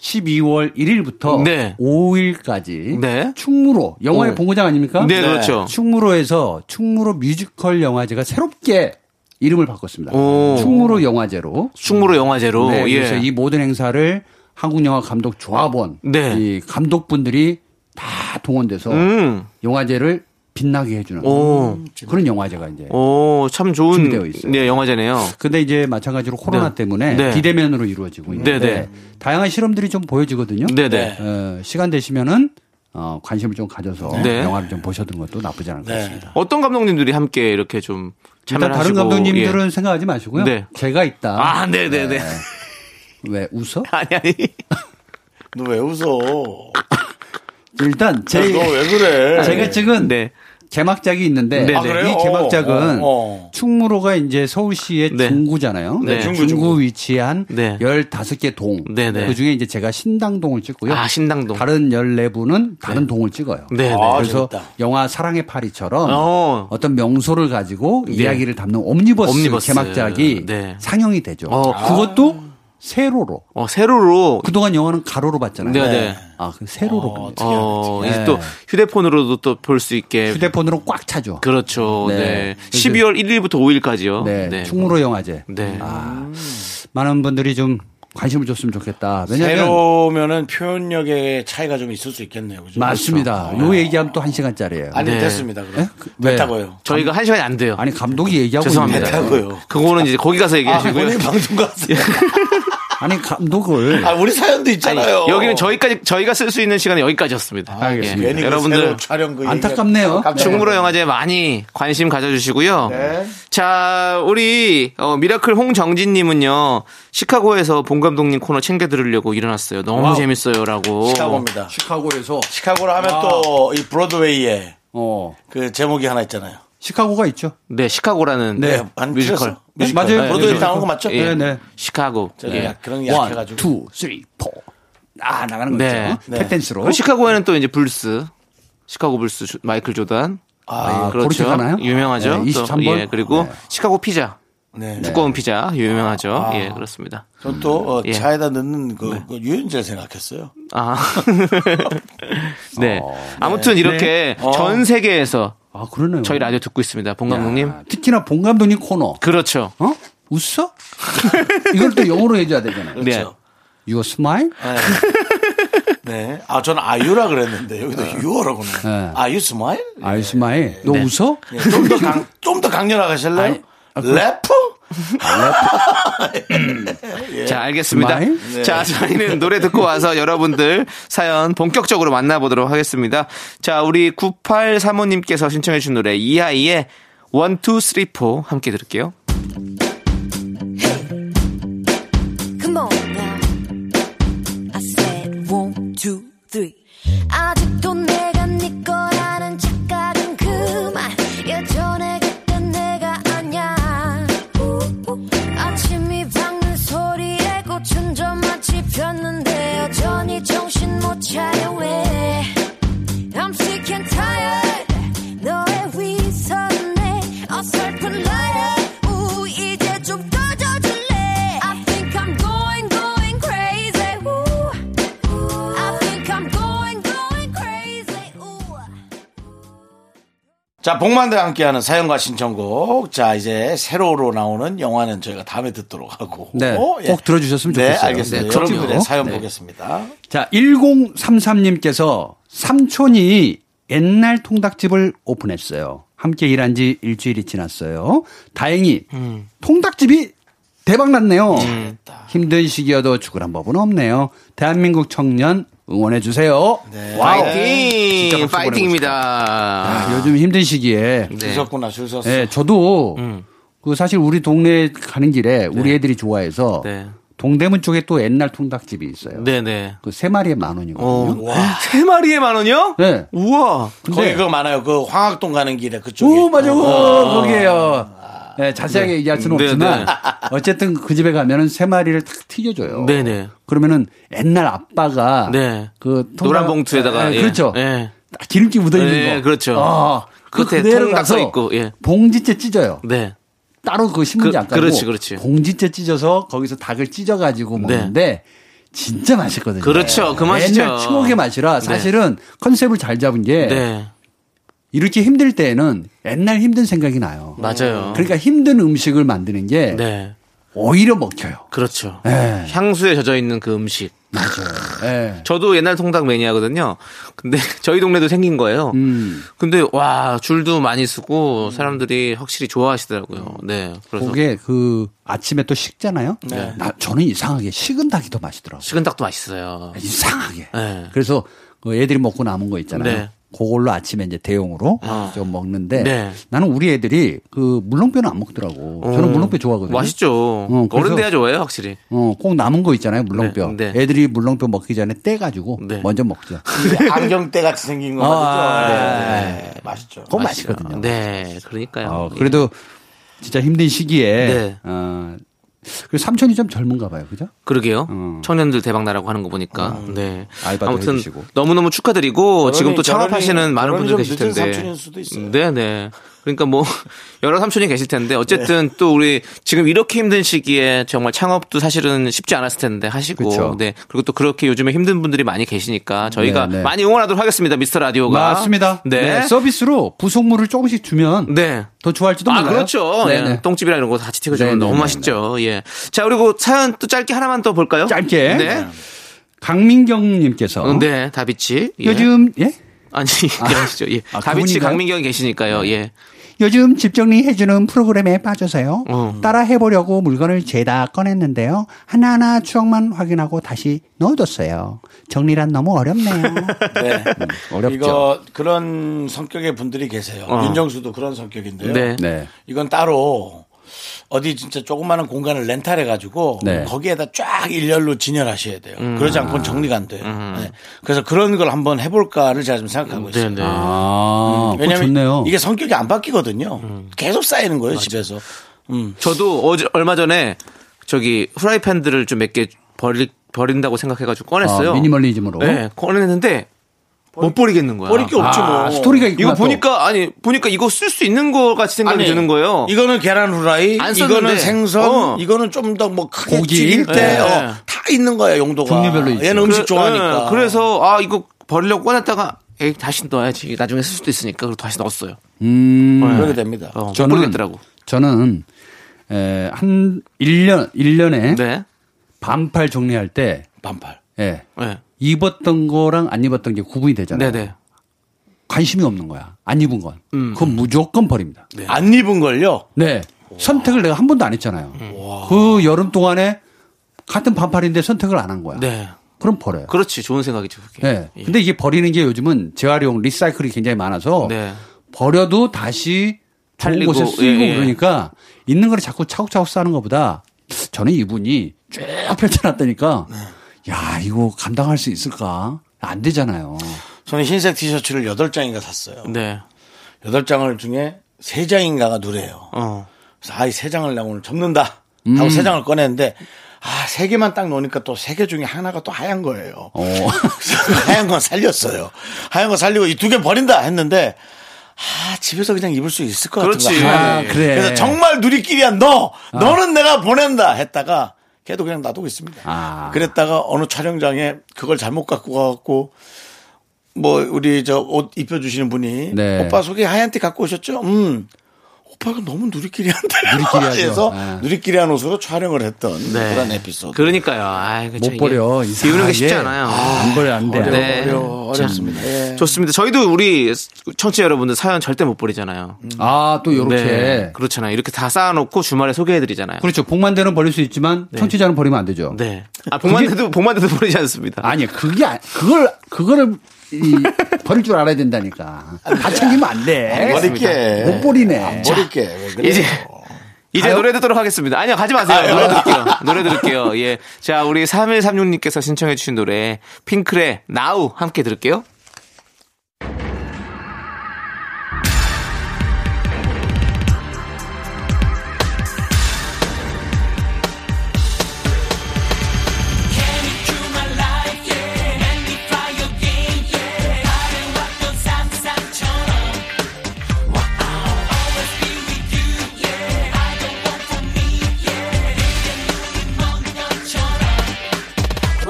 12월 1일부터 네. 5일까지 네. 충무로 영화의 오. 본고장 아닙니까? 네, 그렇죠. 충무로에서 충무로 뮤지컬 영화제가 새롭게 이름을 바꿨습니다. 오. 충무로 영화제로. 충무로 영화제로. 네, 그래서 예. 이 모든 행사를 한국영화 감독 조합원 네. 이 감독분들이 다 동원돼서 음. 영화제를 빛나게 해주는 오. 그런 영화제가 이제. 오, 참 좋은 준비되어 있어요. 네, 영화제네요. 근데 이제 마찬가지로 코로나 네. 때문에 네. 비대면으로 이루어지고 네, 있는데 네. 다양한 실험들이 좀 보여지거든요. 네, 네. 어, 시간 되시면은 어, 관심을 좀 가져서 네. 영화를 좀 보셔든 것도 나쁘지 않을 것 같습니다. 어떤 감독님들이 함께 이렇게 좀 일단 참여를 다른 하시고 감독님들은 예. 생각하지 마시고요. 네. 제가 있다. 아, 네, 네, 네. 왜 웃어? 아니 아니. 너 왜 웃어? 일단 제 너 왜 그래? 제가 찍은 네. 제막작이 있는데 네, 아, 그래요? 이 제막작은 어, 어, 어. 충무로가 이제 서울시의 네. 중구잖아요. 네, 중구, 중구 위치한 네. 15개 동. 네, 네. 그중에 이제 제가 신당동을 찍고요. 아, 신당동. 다른 14분은 다른 동을 찍어요. 네, 네. 아, 그래서 재밌다. 영화 사랑의 파리처럼 어. 어떤 명소를 가지고 이야기를 담는 옴니버스, 네. 옴니버스. 제막작이 네. 상영이 되죠. 어. 그것도 세로로. 어, 세로로 그동안 영화는 가로로 봤잖아요. 네, 네. 아, 그 세로로. 봅니다. 어, 이제 네. 또 휴대폰으로도 또 볼 수 있게 휴대폰으로 꽉 차죠. 그렇죠. 네. 네. 12월 1일부터 5일까지요. 네, 충무로 영화제. 네. 아, 많은 분들이 좀 관심을 줬으면 좋겠다. 왜냐면 새로면은 표현력의 차이가 좀 있을 수 있겠네요. 그죠? 어, 아. 맞습니다. 요 얘기하면 또 한 시간짜리예요. 아니 네. 됐습니다. 그럼 왜? 됐다고요. 저희가 한 시간이 안 돼요. 네. 아니 감독이 얘기하고 죄송합니다. 있는데. 됐다고요. 그거는 이제 거기 가서 아, 얘기하시고요. 오늘 방송 갔어요. 아니 감독을 아, 우리 사연도 있잖아요. 여기는 저희까지 저희가 쓸 수 있는 시간은 여기까지였습니다. 아, 알겠습니다. 예. 괜히 그 여러분들 새로 촬영 그 안타깝네요. 충무로 영화제 많이 관심 가져주시고요. 네. 자, 우리 어, 미라클 홍정진님은요 시카고에서 봉 감독님 코너 챙겨 들으려고 일어났어요. 너무 재밌어요라고. 시카고입니다. 아, 시카고에서 시카고를 하면 또 이 브로드웨이에 어 그 제목이 하나 있잖아요. 시카고가 있죠. 네, 시카고라는 네, 안 뮤지컬. 틀렸어. 뮤지컬. 맞아요. 브로드웨이 네, 나온 거 맞죠? 예. 네, 네. 시카고. 제가 예. 약- 그런 게 원, 약해가지고. 투, 쓰리, 포. 아 나가는 거죠. 네. 네. 탭댄스로. 그럼 시카고에는 또 이제 불스. 시카고 불스 조- 마이클 조단. 아, 예, 그렇죠. 고르시 가나요? 유명하죠. 네, 또, 23번. 예, 그리고 네. 시카고 피자. 네. 아. 두꺼운 피자 유명하죠. 예, 그렇습니다. 전또 어, 예. 차에다 넣는 그, 그 유연제 생각했어요. 아. 네. 어, 아무튼 이렇게 전 세계에서 아 그러네요. 저희 라디오 듣고 있습니다. 봉 감독님. 아, 특히나 봉 감독님 코너. 그렇죠. 어? 웃어? 이걸 또 영어로 해줘야 되잖아요. 네. You smile? 네. 아, 저는 아유라 그랬는데 여기도 유어라고 네. 네. 아유 스마일? 아 I smile. 너 웃어? 좀 더 강, 좀 더 강렬하게 하실래요? 아니, 아, 그- 래프? 자, 알겠습니다. 스마일? 자, 저희는 노래 듣고 와서 여러분들 사연 본격적으로 만나보도록 하겠습니다. 자, 우리 983호님께서 신청해주신 노래 이하이의 1, 2, 3, 4 함께 들을게요. Come on now. I said one, two, three. 아직도 내가 네 거라는 착각은 그만 예전에 자, 복만대와 함께하는 사연과 신청곡. 자, 이제 새로로 나오는 영화는 저희가 다음에 듣도록 하고. 네, 예. 꼭 들어주셨으면 좋겠어요. 네, 알겠습니다. 네, 여러분들의 그럼요. 사연 네. 보겠습니다. 자, 1033님께서 삼촌이 옛날 통닭집을 오픈했어요. 함께 일한 지 일주일이 지났어요. 다행히 통닭집이 대박 났네요. 힘든 시기여도 죽으란 법은 없네요. 대한민국 청년 응원해 주세요. 진짜 파이팅! 박수 파이팅입니다. 아, 요즘 힘든 시기에 아. 네. 음. 주셨구나, 줄 섰어. 예, 저도 그 사실 우리 동네 가는 길에 우리 애들이 좋아해서 네. 동대문 쪽에 또 옛날 통닭집이 있어요. 네네. 그 세 마리에 만 원이거든요. 세 마리에 만 원이요? 네. 우와. 거기 그거 많아요. 그 황학동 가는 길에 그쪽에. 오, 맞아. 오, 거기에요. 네, 자세하게 얘기할 수는 어. 네, 없지만 네. 어쨌든 그 집에 가면은 세 마리를 탁 튀겨줘요. 네네. 그러면은 옛날 아빠가 네. 그 통닭- 노란 봉투에다가, 네, 예. 그렇죠. 예. 딱 기름기 묻어 있는 네, 거. 그렇죠. 아, 그 끝에 그대로 통닭 가서 써 있고, 예. 봉지째 찢어요. 네. 따로 그 신문지 그- 안 깔고 그렇지, 그렇지. 봉지째 찢어서 거기서 닭을 찢어 가지고 먹는데 진짜 맛있거든요. 그렇죠. 그 맛이죠. 옛날 추억의 맛이라 네. 사실은 컨셉을 잘 잡은 게 네. 이렇게 힘들 때에는 옛날 힘든 생각이 나요. 맞아요. 그러니까 힘든 음식을 만드는 게 네. 오히려 먹혀요. 그렇죠. 예. 향수에 젖어 있는 그 음식. 예. 저도 옛날 통닭 매니아거든요. 근데 저희 동네도 생긴 거예요. 음. 근데 와 줄도 많이 쓰고 사람들이 확실히 좋아하시더라고요. 음. 네, 그래서 네. 그게 그 아침에 또 식잖아요. 나, 저는 이상하게 식은 닭이 더 맛있더라고요. 식은 닭도 맛있어요. 아, 이상하게. 네. 그래서 그 애들이 먹고 남은 거 있잖아요. 네. 그걸로 아침에 이제 대용으로 아. 좀 먹는데 네. 나는 우리 애들이 그 물렁뼈는 안 먹더라고. 저는 물렁뼈 좋아하거든요. 음, 맛있죠. 어, 그래서- 어른 돼야 좋아요, 확실히. 어, 꼭 남은 거 있잖아요, 물렁뼈. 네, 네. 애들이 물렁뼈 먹기 전에 떼가지고 네. 먼저 먹죠. 안경대 같이 생긴 거 아, 맞죠? 네. 네. 맛있죠. 그건 맛있거든요. 네, 그러니까요. 어, 그래도 진짜 힘든 시기에 네. 어, 그 삼촌이 좀 젊은가 봐요, 그죠? 그러게요. 음. 청년들 대박 나라고 하는 거 보니까. 네. 알바도 아무튼 해주시고. 너무 너무 축하드리고 지금 또 결혼이- 결혼이 창업하시는 많은 분들 좀 계실 늦은 텐데. 삼촌일 수도 있어요. 네, 네. 그러니까 뭐 여러 삼촌이 계실 텐데 어쨌든 네. 또 우리 지금 이렇게 힘든 시기에 정말 창업도 사실은 쉽지 않았을 텐데 하시고 그쵸. 네 그리고 또 그렇게 요즘에 힘든 분들이 많이 계시니까 저희가 네, 네. 많이 응원하도록 하겠습니다 미스터 라디오가 맞습니다. 네, 네, 서비스로 부속물을 조금씩 주면 네. 더 좋아할지도 아, 몰라요. 그렇죠. 네, 예, 네. 똥집이라 이런 거 같이 네, 튀겨주면 네, 너무 네, 맛있죠. 예. 자, 그리고 사연 또 짧게 하나만 더 볼까요? 짧게. 네. 강민경님께서 어, 네, 다비치. 예. 요즘 예? 아니, 아시죠. 예. 아, 다비치 그분인가요? 강민경이 계시니까요. 예. 요즘 집 정리해주는 프로그램에 빠져서요. 어. 따라 해보려고 물건을 죄다 꺼냈는데요. 하나하나 추억만 확인하고 다시 넣어뒀어요. 정리란 너무 어렵네요. 네. 어렵죠. 이거 그런 성격의 분들이 계세요. 어. 윤정수도 그런 성격인데요. 네. 네. 이건 따로 어디 진짜 조그마한 공간을 렌탈해 가지고 네. 음. 거기에다 쫙 일렬로 진열하셔야 돼요. 그러지 않고는 정리가 안 돼요. 네. 그래서 그런 걸 한번 해볼까를 제가 좀 생각하고 네, 있어요. 네. 음, 아, 그거 왜냐하면 좋네요. 이게 성격이 안 바뀌거든요. 계속 쌓이는 거예요 집에서. 음. 저도 어제 얼마 전에 저기 후라이팬들을 좀 몇 개 버리 버린다고 생각해 가지고 꺼냈어요. 아, 미니멀리즘으로. 네, 꺼냈는데 못 버리겠는 거야. 버릴 게 없지 뭐. 아, 스토리가 있구나. 이거 또. 보니까 아니, 보니까 이거 쓸 수 있는 거 같이 생각이 아니, 드는 거예요. 이거는 계란 후라이, 안 썼는데. 이거는 생선, 어. 이거는 좀 더 뭐 크게 고기? 튀길 때 네. 어, 다 있는 거야 용도가. 종류별로 있죠. 얘는 음식 그래- 좋아하니까. 예, 그래서 아 이거 버리려고 꺼냈다가 에이, 다시 넣어야지. 이게 나중에 쓸 수도 있으니까 그리고 다시 넣었어요. 음, 그러게 됩니다. 어, 못 저는- 버리겠더라고. 저는 에, 한 1년, 1년에 네. 반팔 정리할 때 반팔. 예, 네. 입었던 거랑 안 입었던 게 구분이 되잖아요. 네, 음. 네. 관심이 없는 거야. 안 입은 건. 그건 무조건 버립니다. 네. 안 입은 걸요. 네. 선택을 내가 한 번도 안 했잖아요. 음. 그 여름 동안에 같은 반팔인데 선택을 안 한 거야. 네. 그럼 버려요. 그렇지. 좋은 생각이죠, 그게. 네. 예. 근데 이게 버리는 게 요즘은 재활용 리사이클이 굉장히 많아서 네. 버려도 다시 좋은 팔리고, 곳에 쓰이고 예, 예. 그러니까 있는 걸 자꾸 차곡차곡 싸는 것보다 저는 이분이 쭉 펼쳐놨다니까 네. 야 이거 감당할 수 있을까 안 되잖아요. 저는 흰색 티셔츠를 8장인가 샀어요. 네. 8장을 중에 3장인가가 누래요. 어. 그래서 아이 3장을 내가 오늘 접는다. 하고 음. 3장을 꺼냈는데 아, 3개만 딱 놓으니까 또 3개 중에 하나가 또 하얀 어. 거예요. 그래서 하얀 건 살렸어요. 하얀 건 살리고 이 두 개 버린다 했는데 아, 집에서 그냥 입을 수 있을 것 같은 그렇지. 거 아, 그래. 아. 서 정말 누리끼리야 너. 너는 내가 보낸다 했다가 걔도 그냥 놔두고 있습니다. 아. 그랬다가 어느 촬영장에 그걸 잘못 갖고 가갖고 뭐 우리 저 옷 입혀주시는 분이 네. 오빠 속에 하얀 티 갖고 오셨죠? 음. 오빠가 너무 누리끼리 한다. 누리끼리 하죠. 해서 아. 누리끼리 한 옷으로 촬영을 했던 네. 그런 에피소드. 그러니까요. 아, 그참 못 이게 버려. 비우는 게 쉽지 않아요. 안 버려 안 돼. 네. 어려워, 어렵습니다. 예. 좋습니다. 저희도 우리 청취자 여러분들 사연 절대 못 버리잖아요. 음, 아또 요렇게. 네. 그렇잖아요. 이렇게 다 쌓아놓고 주말에 소개해드리잖아요. 그렇죠. 복만대는 버릴 수 있지만 청취자는 버리면 안 되죠. 네. 아, 복만대도, 복만대도 버리지 않습니다. 아니 그게 아- 그걸 그거를 이, 버릴 줄 알아야 된다니까. 다 챙기면 안 돼. 못 머리깨. 버리네. 머리깨. 왜 그래요? 이제 예. 이제 노래 듣도록 하겠습니다. 아니요, 가지 마세요. 노래 들을게요. 노래 들을게요. 예. 자, 우리 3136님께서 신청해주신 노래, 핑클의 나우 함께 들을게요.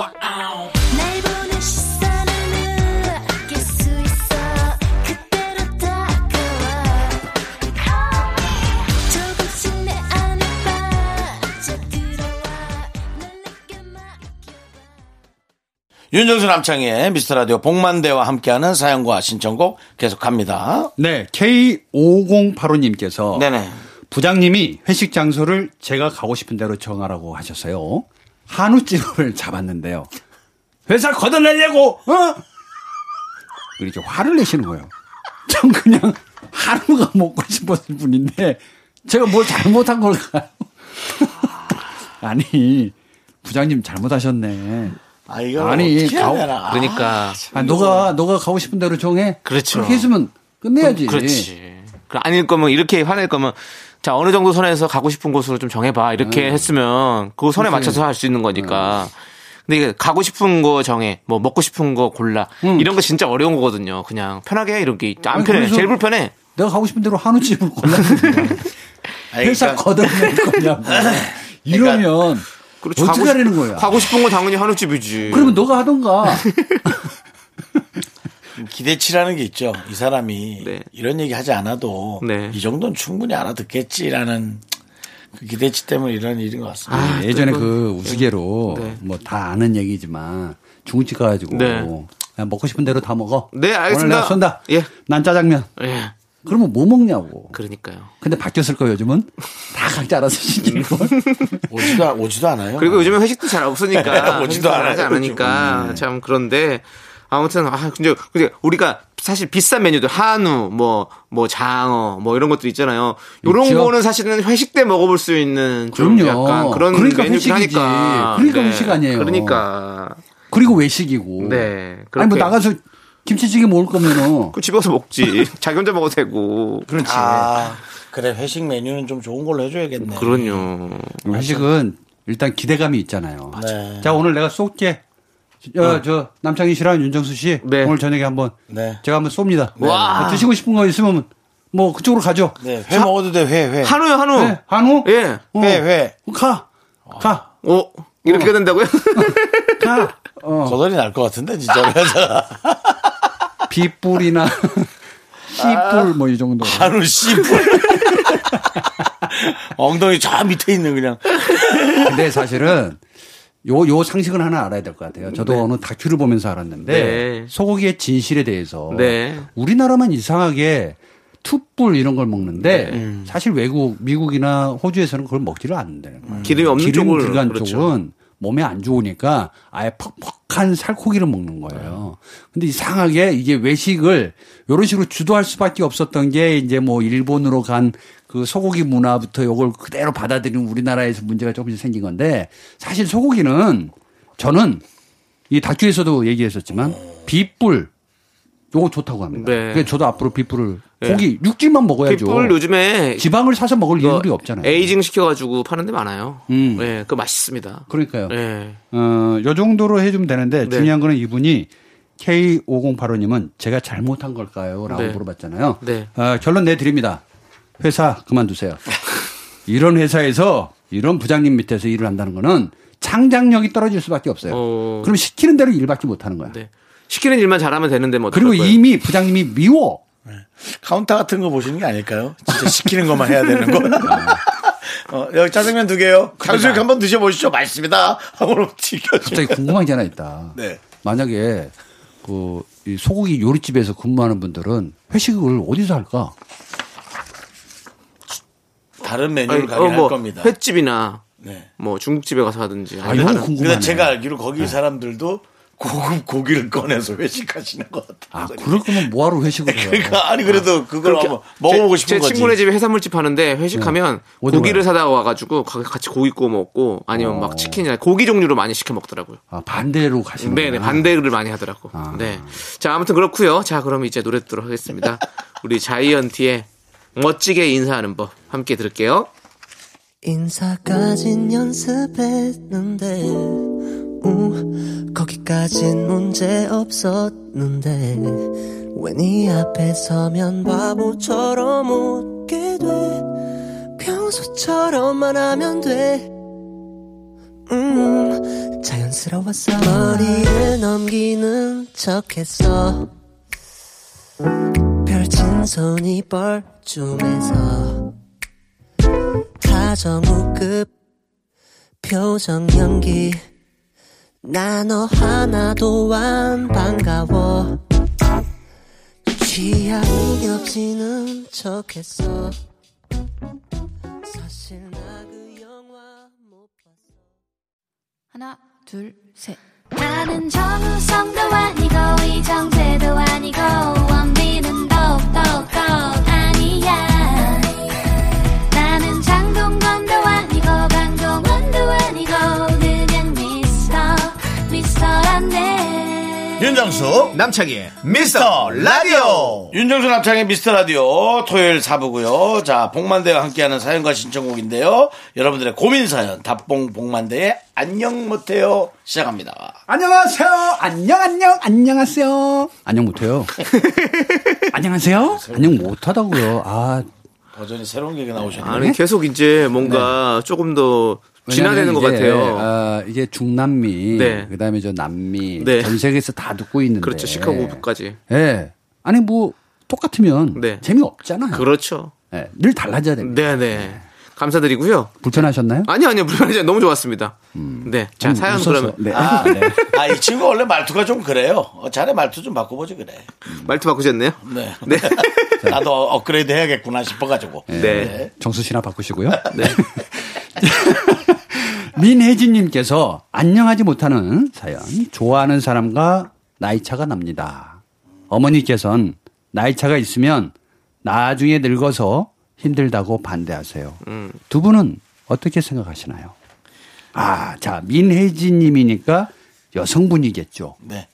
날 보는 시선을 느낄 수 있어 그대로 다가와 Oh. 조금씩 내 안에 빠져 들어와 널 내게 맡겨봐 윤정수 남창희의 미스터 라디오 복만대와 함께하는 사연과 신청곡 계속합니다. 네. K5085님께서 네네. 부장님이 회식 장소를 제가 가고 싶은 대로 정하라고 하셨어요. 한우집을 잡았는데요. 회사 걷어내려고, 어? 이렇게 화를 내시는 거예요. 전 그냥 한우가 먹고 싶었을 뿐인데, 제가 뭘 잘못한 걸까요? 아니, 부장님 잘못하셨네. 아, 이거 아니, 어떻게 해야 가오- 되나. 그러니까. 아, 너가, 너가 가고 싶은 대로 정해? 그렇죠. 그렇게 했으면 끝내야지. 그렇지. 그 아닐 거면, 이렇게 화낼 거면, 자, 어느 정도 선에서 가고 싶은 곳으로 좀 정해봐. 이렇게 음. 했으면, 그 선에 맞춰서 할 수 있는 거니까. 근데 이게 가고 싶은 거 정해, 뭐 먹고 싶은 거 골라. 이런 거 진짜 어려운 거거든요. 그냥 편하게 해, 이런 게. 안 음. 아니, 편해. 그래서- 제일 불편해. 내가 가고 싶은 대로 한우집을 골랐는데. 아니, 회사 그러니까 걷어낼 거냐고. 그러니까 이러면 그렇죠. 가고 어떻게 싶- 하려는 거야? 가고 싶은 건 당연히 한우집이지. 그러면 너가 하던가. 기대치라는 게 있죠. 이 사람이 네. 이런 얘기 하지 않아도 네. 이 정도는 충분히 알아듣겠지라는 그 기대치 때문에 이런 일인 것 같습니다. 예전에 그 우스개로 아, 네. 뭐 다 아는 얘기지만 중국집 가가지고 네. 그냥 먹고 싶은 대로 다 먹어. 네, 알겠습니다. 오늘 내가 쏜다. 예. 난 짜장면. 예. 그러면 뭐 먹냐고. 그러니까요. 근데 바뀌었을 거예요, 요즘은. 다 각자 알아서 시키는 걸. 음. 오지도, 오지도 않아요. 그리고 요즘에 회식도 잘 없으니까 오지도 회식도 잘 않아요, 하지 않으니까 네. 참 그런데 아무튼 아 근데 근데 우리가 사실 비싼 메뉴들 한우 뭐 뭐 장어 뭐 이런 것들 있잖아요. 요런 있죠. 거는 사실은 회식 때 먹어볼 수 있는 좀 그럼요. 약간 그런 그러니까 메뉴긴 회식이지. 하니까. 네. 그러니까 회식 아니에요. 그러니까 그리고 외식이고. 네, 아니 뭐 그렇게. 나가서 김치찌개 먹을 거면은. 그 집에 와서 먹지. 자기 혼자 먹어도 되고. 그렇지. 아, 그래 회식 메뉴는 좀 좋은 걸로 해줘야겠네. 그럼요. 회식은 일단 기대감이 있잖아요. 네. 자 오늘 내가 쏠게. 저, 저 남창희 씨랑 윤정수 씨 어. 네. 오늘 저녁에 한번 네. 제가 한번 쏩니다. 뭐 와. 드시고 싶은 거 있으면 뭐 그쪽으로 가죠. 네, 회 먹어도 돼, 회, 회. 한우요, 한우. 네, 한우? 예. 어. 회, 회. 가. 가. 어, 이렇게 된다고요? 가. 어. 거덜이 날 것 같은데 진짜로 빗불이나 씨뿔 뭐 이 정도. 한우 씨 엉덩이 저 밑에 있는 그냥 근데 사실은 요, 요 상식은 하나 알아야 될 것 같아요. 저도 어느 다큐를 보면서 알았는데 네. 소고기의 진실에 대해서 네. 우리나라만 이상하게 투뿔 이런 걸 네. 먹는데 음. 사실 외국 미국이나 호주에서는 그걸 먹지를 않는데 기름이 없는 기름 쪽을, 들어간 그렇죠. 쪽은 몸에 안 좋으니까 아예 퍽퍽한 살코기를 먹는 거예요. 근데 이상하게 이게 외식을 이런 식으로 주도할 수밖에 없었던 게 이제 뭐 일본으로 간 그 소고기 문화부터 요걸 그대로 받아들이는 우리나라에서 문제가 조금씩 생긴 건데 사실 소고기는 저는 이 다큐에서도 얘기했었지만 어. 빗불 요거 좋다고 합니다. 네. 그러니까 저도 앞으로 빗불을 고기 육질만 먹어야죠. 핏불 요즘에 지방을 사서 먹을 이거 이유이 없잖아요. 에이징 시켜가지고 파는 데 많아요. 음. 예, 그 맛있습니다. 그러니까요. 예. 어, 요 정도로 해주면 되는데 네. 중요한 거는 이분이 K5085님은 제가 잘못한 걸까요? 라고 네. 물어봤잖아요. 네. 어, 결론 내드립니다. 회사 그만두세요. 이런 회사에서 이런 부장님 밑에서 일을 한다는 거는 창작력이 떨어질 수밖에 없어요. 어. 그럼 시키는 대로 일밖에 못하는 거야. 네. 시키는 일만 잘하면 되는데 뭐 그리고 어떨 거예요? 이미 부장님이 미워. 카운터 같은 거 보시는 게 아닐까요? 진짜 시키는 것만 해야 되는 거. 어, 여기 짜장면 두 개요. 탕수육 한번 드셔보시죠. 맛있습니다. 하고 갑자기 튀겨주면. 궁금한 게 하나 있다. 네. 만약에 그 이 소고기 요리집에서 근무하는 분들은 회식을 어디서 할까? 다른 메뉴를 아니, 가긴 어, 뭐 할 겁니다. 횟집이나 네. 뭐 중국집에 가서 하든지. 아, 이건 궁금하네. 근데 제가 알기로 거기 사람들도 고급 고기를 꺼내서 회식하시는 것 아, 같아요. 그럴 거면 뭐하러 회식을 해요? 그러니까 아니 그래도 그걸 그렇게- 한번 뭐 먹어보고 제, 싶은 제 거지. 친구네 집에 해산물집 하는데 회식하면 어디로 고기를 사다가 와가지고 가- 같이 고기 구워 먹고 아니면 어. 막 치킨이나 고기 종류로 많이 시켜 먹더라고요. 아, 반대로 가시는 네네 거구나. 반대를 많이 하더라고. 아. 네. 자 아무튼 그렇고요. 자 그럼 이제 노래 듣도록 하겠습니다. 우리 자이언티의 멋지게 인사하는 법 함께 들을게요. 인사까진 연습했는데 우 거기까진 문제 없었는데 왜 네 앞에 서면 바보처럼 웃게 돼 평소처럼만 하면 돼 음, 자연스러웠어 머리를 넘기는 척했어 펼친 손이 뻘쭘해서 가정우급 표정 연기 나 너 하나도 안 반가워 취향이 없이는 척했어 사실 나 그 영화 못 봤어 하나, 둘, 셋. 나는 정우성도 아니고, 이정재도 아니고, 원빈은 더욱더 아니야. 나는 장동건도 아니고, 방종원도 아니고, 그냥 미스터, 미스터란데. 윤정수 남창희의 미스터 라디오 윤정수 남창희의 미스터 라디오 토요일 4부고요 자 복만대와 함께하는 사연과 신청곡인데요 여러분들의 고민사연 답봉 복만대의 안녕 못해요 시작합니다 안녕하세요. 안녕 안녕 안녕하세요. 안녕 못해요. 안녕하세요. 안녕 못하다고요. 아 버전이 새로운 게 나오셨네요 아니 계속 이제 뭔가 조금 더 진화되는 것 왜냐면 이제, 같아요. 아, 이게 중남미, 네. 그다음에 저 남미, 네. 전 세계에서 다 듣고 있는데. 그렇죠 시카고까지. 예. 아니 뭐 똑같으면 네. 재미 없잖아요. 그렇죠. 네, 늘 달라져야 됩니다. 네네. 감사드리고요. 불편하셨나요? 아니요, 아니요. 불편하지 너무 좋았습니다. 네. 자, 음, 사연 웃어서. 그러면 네. 아, 네. 아, 이 친구 원래 말투가 좀 그래요. 어, 자네 말투 좀 바꿔보지 그래. 말투 바꾸셨네요. 네. 네. 나도 업그레이드 해야겠구나 싶어가지고. 네. 정수 씨나 바꾸시고요. 민혜진님께서 안녕하지 못하는 사연. 좋아하는 사람과 나이 차가 납니다. 어머니께선 나이 차가 있으면 나중에 늙어서 힘들다고 반대하세요. 음. 두 분은 어떻게 생각하시나요? 아, 자 민혜진님이니까 여성분이겠죠. 네.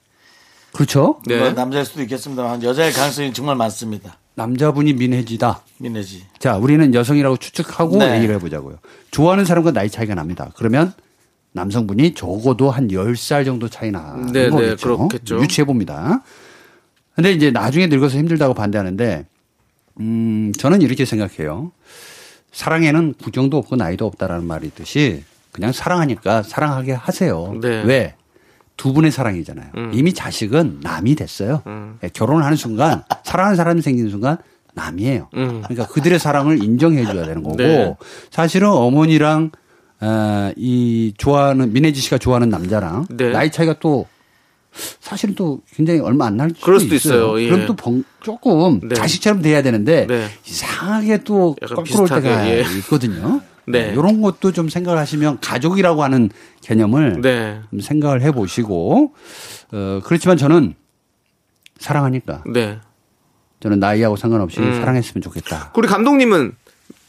그렇죠? 네. 물론 남자일 수도 있겠습니다만 여자일 가능성이 정말 많습니다. 남자분이 민혜지다. 민혜지. 자, 우리는 여성이라고 추측하고 네. 얘기를 해보자고요. 좋아하는 사람과 나이 차이가 납니다. 그러면 남성분이 적어도 한 10살 정도 차이 나는 네, 네, 거겠죠. 그렇겠죠. 유추해봅니다. 근데 이제 나중에 늙어서 힘들다고 반대하는데, 음, 저는 이렇게 생각해요. 사랑에는 구경도 없고 나이도 없다라는 말이 있듯이 그냥 사랑하니까 사랑하게 하세요. 네. 음. 왜? 두 분의 사랑이잖아요. 이미 자식은 남이 됐어요. 예, 결혼하는 순간 사랑하는 사람이 생기는 순간 남이에요. 그러니까 그들의 사랑을 인정해 줘야 되는 거고 음. 네. 사실은 어머니랑 어, 이 좋아하는 민혜지 씨가 좋아하는 남자랑 네. 나이 차이가 또 사실은 또 굉장히 얼마 안 날 수도 그럴 수도 있어요. 예. 그럼 또 번- 조금 네. 자식처럼 돼야 되는데 네. 이상하게 또 약간 거꾸로 올 비슷하게, 때가 예. 있거든요. 네. 이런 것도 좀 생각하시면 가족이라고 하는 개념을 네. 좀 생각을 해보시고 어, 그렇지만 저는 사랑하니까 네. 저는 나이하고 상관없이 음. 사랑했으면 좋겠다. 우리 감독님은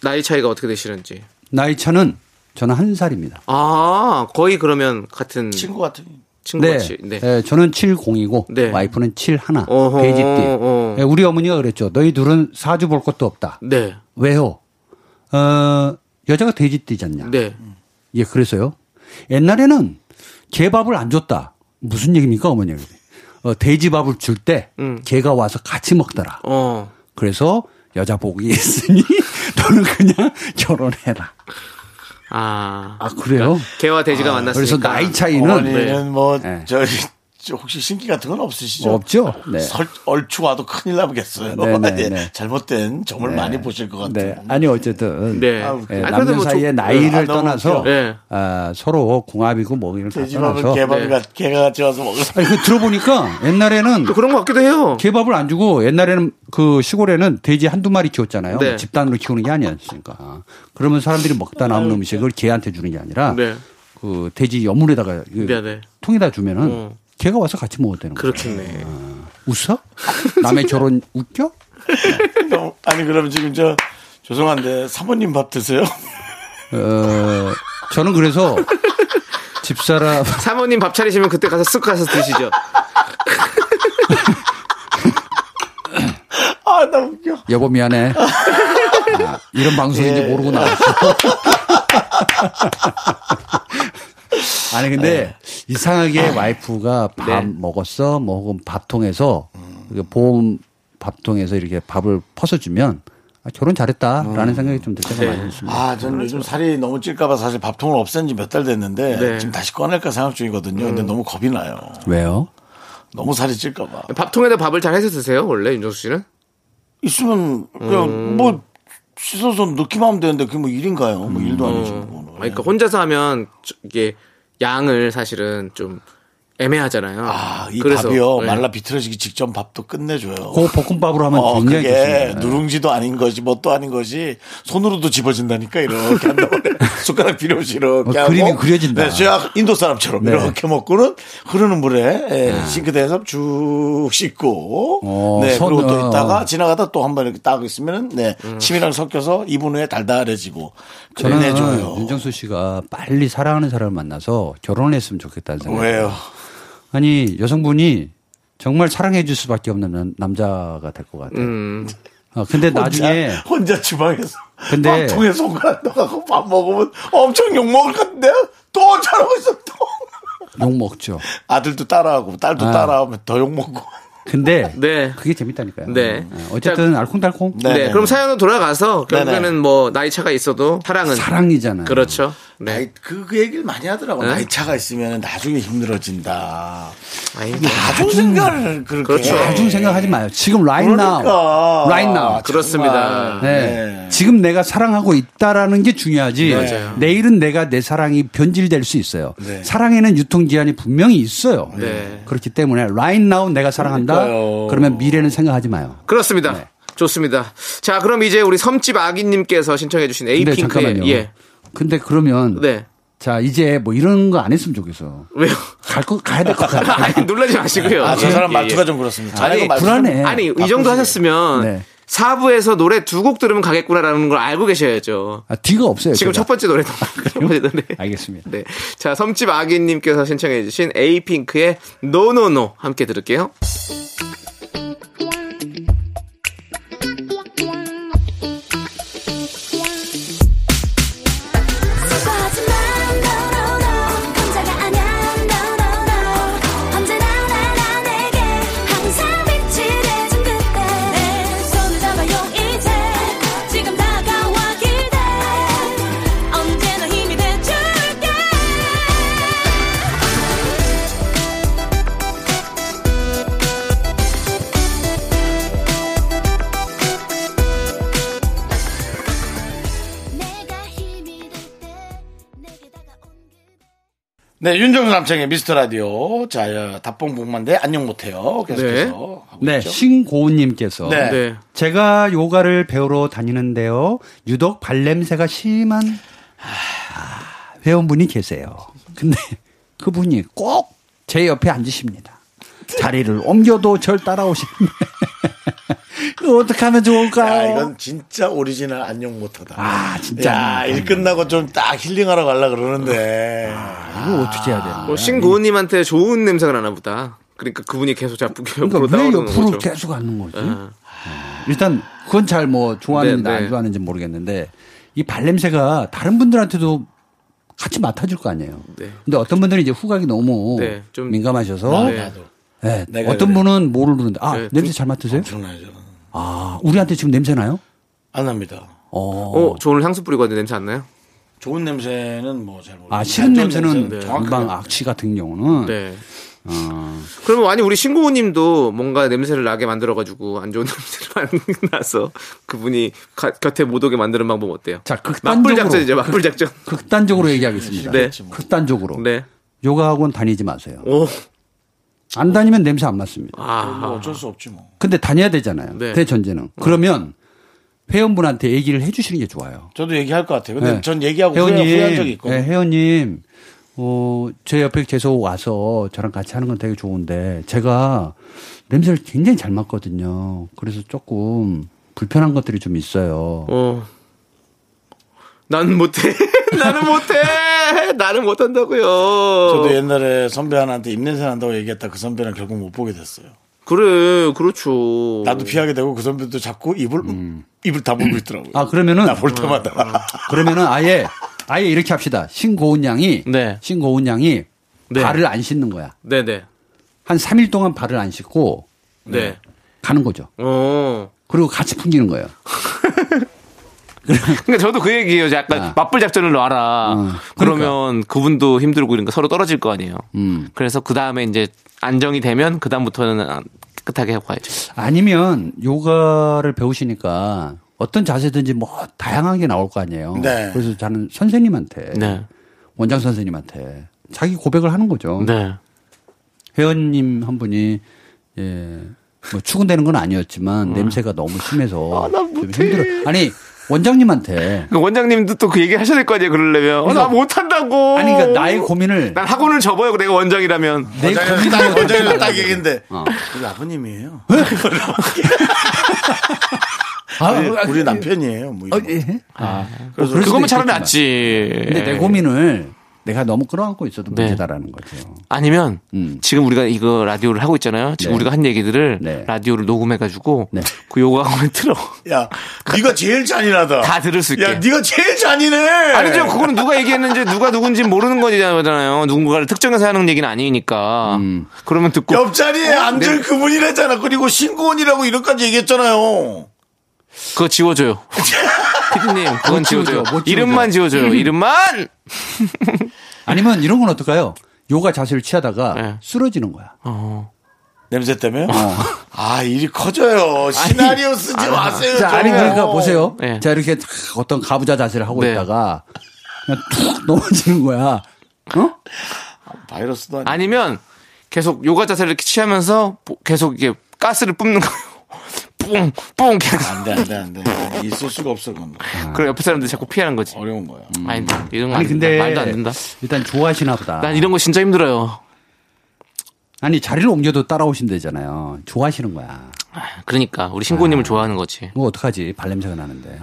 나이 차이가 어떻게 되시는지. 나이 차는 저는 한 살입니다. 아, 거의 그러면 같은 친구 같은. 친구 같이. 네. 예, 저는 70이고 네. 와이프는 71 어허, 베이지띠. 어. 예, 우리 어머니가 그랬죠. 너희 둘은 사주 볼 것도 없다. 네. 왜요? 어, 여자가 돼지띠잖냐. 네. 예, 그래서요. 옛날에는 개밥을 안 줬다. 무슨 얘기입니까, 어머니? 어, 돼지밥을 줄 때 음. 개가 와서 같이 먹더라. 어. 그래서 여자 복이 있으니 너는 그냥 결혼해라. 아. 아, 그래요? 개와 돼지가 그래서 만났으니까. 나이 어머니는 차이는 네. 뭐 네. 저희 저 혹시 신기 같은 건 없으시죠? 없죠. 네. 설, 얼추 와도 큰일 나겠어요. 네, 네, 예, 네. 잘못된 점을 네. 많이 보실 것 네. 같아요. 아니 어쨌든 네. 아, 아니, 예, 그래도 남녀 뭐 좀- 사이의 아, 나이를 너무 떠나서 웃겨. 네. 아, 서로 궁합이고 뭐기를 다 돼지밥을 떠나서 아, 개밥을 개가 같이 와서 먹을 수 아니, 그 들어보니까 옛날에는 또 그런 것 같기도 해요. 개밥을 안 주고 옛날에는 그 시골에는 돼지 한두 마리 키웠잖아요. 네. 집단으로 키우는 게 아니었으니까. 그러면 사람들이 먹다 남은 음식을 개한테 주는 게 아니라 네. 그 돼지 여물에다가 그 네, 네. 통에다 주면은 어. 개가 와서 같이 먹었다는 거예요. 아. 그렇겠네. 웃어? 남의 결혼 웃겨? 어, 너무- 아니 그럼 지금 저 죄송한데 사모님 밥 드세요? 어, 저는 그래서 집사람 사모님 밥 차리시면 그때 가서 쓱 가서 드시죠. 아 나 웃겨. 여보 미안해. 아, 이런 방송인지 모르고 나왔어. 아니 근데 이상하게 와이프가 밥 네. 먹었어, 뭐 혹은 밥통에서 그 보험 밥통에서 이렇게 밥을 퍼서 주면 아, 결혼 잘했다라는 생각이 좀 들 때가 많이 있습니다. 아, 저는 요즘 살이 너무 찔까봐 사실 밥통을 없앤 지 몇 달 됐는데 네. 지금 다시 꺼낼까 생각 중이거든요. 근데 너무 겁이 나요. 왜요? 너무 살이 찔까봐. 밥통에다 밥을 잘 해서 드세요, 원래 윤정수 씨는? 있으면 그냥 뭐 씻어서 넣기만 하면 되는데 그게 뭐 일인가요? 뭐 일도 아니죠. 그거는. 아니, 그러니까 혼자서 하면 저- 이게 양을 사실은 좀 애매하잖아요. 아, 이 그래서, 밥이요. 네. 말라 비틀어지기 직전 밥도 끝내줘요. 그 볶음밥으로 예. 하면 어, 굉장히 그게 좋습니다. 네. 누룽지도 아닌 것이 뭣도 아닌 것이 손으로도 집어진다니까 이렇게 한다고 숟가락 필요 없이 이렇게 어, 하고 그림이 그려진다. 네, 쫙 인도 사람처럼 이렇게 먹고는 흐르는 물에 예, 싱크대에서 쭉 씻고 네. 어, 네 손, 그리고 또 어. 음. 있다가 지나가다 또 한 번 이렇게 딱 있으면은 네 침이랑 섞여서 2분 후에 달달해지고 저는 내줘요. 윤정수 씨가 빨리 사랑하는 사람을 만나서 결혼했으면 좋겠다는 생각. 왜요? 아니 여성분이 정말 사랑해 줄 수밖에 없는 남- 남자가 될 것 같아요. 어, 근데 나중에 음. 혼자, 혼자 주방에서 근데- 밥통에 손가락 넣어갖고 밥 먹으면 엄청 욕 먹을 건데 또 잘하고 있어 또. 욕 먹죠. 아들도 따라하고 딸도 아. 따라하면 더 욕먹고 근데 네. 그게 재밌다니까요. 네. 어, 어쨌든 알콩달콩 네, 네네. 그럼 사연으로 돌아가서 결국에는 네네. 뭐 나이 차가 있어도 사랑은 사랑이잖아요. 그렇죠. 네. 나이, 그, 그 얘기를 많이 하더라고 네. 요 나이차가 있으면 나중에 힘들어진다 아이, 나중 생각을 그렇게 그렇죠. 해. 나중 생각하지 마요. 지금 right 네. 그러니까. now, right now. 그렇습니다. 네. 지금 내가 사랑하고 있다라는 게 중요하지. 맞아요. 내일은 내가 내 사랑이 변질될 수 있어요. 네. 사랑에는 유통기한이 분명히 있어요. 네. 그렇기 때문에 right now 내가 사랑한다. 그러니까요. 그러면 미래는 생각하지 마요. 그렇습니다. 네. 좋습니다. 자, 그럼 이제 우리 섬집 아기님께서 신청해주신 근데 에이핑크의 네, 잠깐만요. 예, 근데 그러면 네, 자 이제 뭐 이런 거 안 했으면 좋겠어. 왜요? 갈 거 가야 될 것 같아. 아니 놀라지 마시고요. 아, 저 예, 사람 예. 말투가 좀 그렇습니다 자네가 아니, 말투 좀- 불안해. 아니 이 예, 바쁘시게. 정도 하셨으면 네. 사부에서 노래 두 곡 들으면 가겠구나라는 걸 알고 계셔야죠. 아, 뒤가 없어요. 지금 제가. 아, 첫 번째 노래, 첫 번째 노래. 알겠습니다. 네, 자 섬집 아기님께서 신청해주신 에이핑크의 노노노 함께 들을게요. 사과하지마 너너너 감자가 아냐 너너너 언제나 나나 내게 항상 빛이 돼준 그때 내 손을 잡아요 이제 지금 다가와 기대 언제나 힘이 돼줄게 내가 힘이 될 때 내게 다가온 그 네 윤정수 남창의 미스터라디오 자 야, 답봉 복만대 안녕 못해요 계속해서 네. 하고 네, 있죠. 신고은님께서 네. 네. 제가 요가를 배우러 다니는데요. 유독 발냄새가 심한 회원분이 계세요. 근데 그분이 꼭 제 옆에 앉으십니다. 자리를 옮겨도 절 따라오시는데 이거 어떻게 하면 좋을까요? 야, 이건 진짜 오리지널 안녕 못하다. 아, 진짜 야, 안녕 일 끝나고 좀 딱 힐링하러 가려 그러는데. 이거 어떻게 해야 되나? 뭐 신고은님한테 좋은 냄새가 나나 보다. 그러니까 그분이 계속 자꾸 옆으로 그러니까 왜 나오는 옆으로 거죠. 예. 계속 앉는 거지? 예. 일단 그건 잘 뭐 좋아하는지 네, 네. 안 좋아하는지 모르겠는데 이 발냄새가 다른 분들한테도 같이 맡아줄 거 아니에요. 네. 근데 어떤 분들은 이제 후각이 너무 네, 좀- 민감하셔서 네. 네, 내가 어떤 그래. 분은 뭐를 누르는데 아 네, 냄새 잘 맡으세요? 엄청나죠. 아 우리한테 지금 냄새 나요? 안 합니다. 어. 어, 저 오늘 향수 뿌리고 왔는데 냄새 안 나요? 좋은 냄새는 뭐 잘 모르겠어요. 아 싫은 안 좋은 냄새는 냄새는 금방 악취 같은 경우는 네. 그러면 아니 우리 신고님도 뭔가 냄새를 나게 만들어가지고 안 좋은 냄새를 만나서 그분이 가- 곁에 못 오게 만드는 방법 어때요? 자, 맞불 극단적으로. 작전이죠. 맞불 작전. 극단적으로 얘기하겠습니다. 네. 극단적으로. 네. 요가 학원 다니지 마세요. 오. 아. 안 다니면 냄새 안 맡습니다. 뭐 어쩔 수 없지 뭐. 근데 다녀야 되잖아요. 네. 대전제는. 그러면 회원분한테 얘기를 해주시는 게 좋아요. 저도 얘기할 것 같아요. 근데 네. 전 얘기하고 후회, 후회한 적이 있거든요. 네, 회원님, 어, 제 옆에 계속 와서 저랑 같이 하는 건 되게 좋은데 제가 냄새를 굉장히 잘 맡거든요. 그래서 조금 불편한 것들이 좀 있어요. 나는 못해. 나는 못해. 나는 못한다고요. 저도 옛날에 선배 하나한테 입냄새 난다고 얘기했다 그 선배는 결국 못 보게 됐어요. 그래, 그렇죠. 음. 나도 피하게 되고 그 선배도 자꾸 입을 입을 다물고 있더라고요. 아 그러면은 나볼 때마다 그러면은 아예 아예 이렇게 합시다. 신고은 양이 네. 신고은 양이 발을 안 씻는 거야. 네네. 한 3일 동안 발을 안 씻고 네. 가는 거죠. 어. 그리고 같이 풍기는 거예요. 그러니까 저도 그 얘기예요. 약간 맞불 작전을 놔라. 그러면 그분도 힘들고 그러니까 서로 떨어질 거 아니에요. 음. 그래서 그 다음에 이제 안정이 되면 그 다음부터는 안- 깨끗하게 하고 가야죠. 아니면 요가를 배우시니까 어떤 자세든지 뭐 다양한 게 나올 거 아니에요. 네. 그래서 저는 선생님한테 네. 원장 선생님한테 자기 고백을 하는 거죠. 네. 회원님 한 분이 예. 뭐 추근되는 건 아니었지만 냄새가 너무 심해서 아, 좀 힘들어. 아니 원장님한테 원장님도 또 그 얘기 하셔야 될 거 아니에요. 그러려면. 어, 나 못한다고. 아니 어. 그러니까 나의 고민을 난 학원을 접어요. 내가 원장이라면. 내 고민을 원장이랑 딱 얘기인데 어. 우리 아버님이에요. 아, 우리, 아, 우리 남편이에요. 뭐 이런. 아, 그래서 그럴 수도 그거면 차라리 있겠지만. 낫지. 예. 근데 내 고민을 내가 너무 끌어안고 있어도 네. 문제다라는 거죠. 아니면 지금 우리가 이거 라디오를 하고 있잖아요. 지금 음. 네. 우리가 한 얘기들을 라디오를 녹음해가지고 그 요가학원에 틀어. 야, 네가 제일 아. 잔인하다. 다 들을 수 있게. 야, 네가 제일 잔인해. 아니죠. 그거는 누가 얘기했는지 누가 누군지 모르는 거잖아요. 누군가를 특정해서 하는 얘기는 아니니까. 음. 그러면 듣고 옆자리에 어? 앉을 네. 그분이랬잖아. 그리고 신고원이라고 이름까지 얘기했잖아요. 그거 지워줘요. 피디님 그건 못 지워줘요. 지워줘, 못 이름만 지워줘. 지워줘요. 음. 이름만. 아니면 이런 건 어떨까요? 요가 자세를 취하다가 네. 쓰러지는 거야. 아, 냄새 때문에? 아, 일이 커져요. 시나리오 쓰지 마세요. 그렇죠. 자, 아니 좀. 어. 그러니까 보세요. 네. 자 이렇게 탁 어떤 가부좌 자세를 하고 있다가 그냥 툭 넘어지는 거야. 어? 바이러스도 아니고. 아니면 계속 요가 자세를 이렇게 취하면서 보- 계속 이게 가스를 뿜는 거예요. 뿡, 뿡. 안 돼, 안 돼, 안 돼. 있을 수가 없어, 그건. 그럼 옆에 사람들이 자꾸 피하는 거지. 어려운 거야. 음. 아니, 이런 거 아니 안 된다. 근데 말도 안 된다. 일단 좋아하시나 보다. 난 이런 거 진짜 힘들어요. 아니 자리를 옮겨도 따라오신대잖아요. 좋아하시는 거야. 그러니까 우리 신고님을 좋아하는 거지. 이거 어떡하지? 발냄새가 나는데.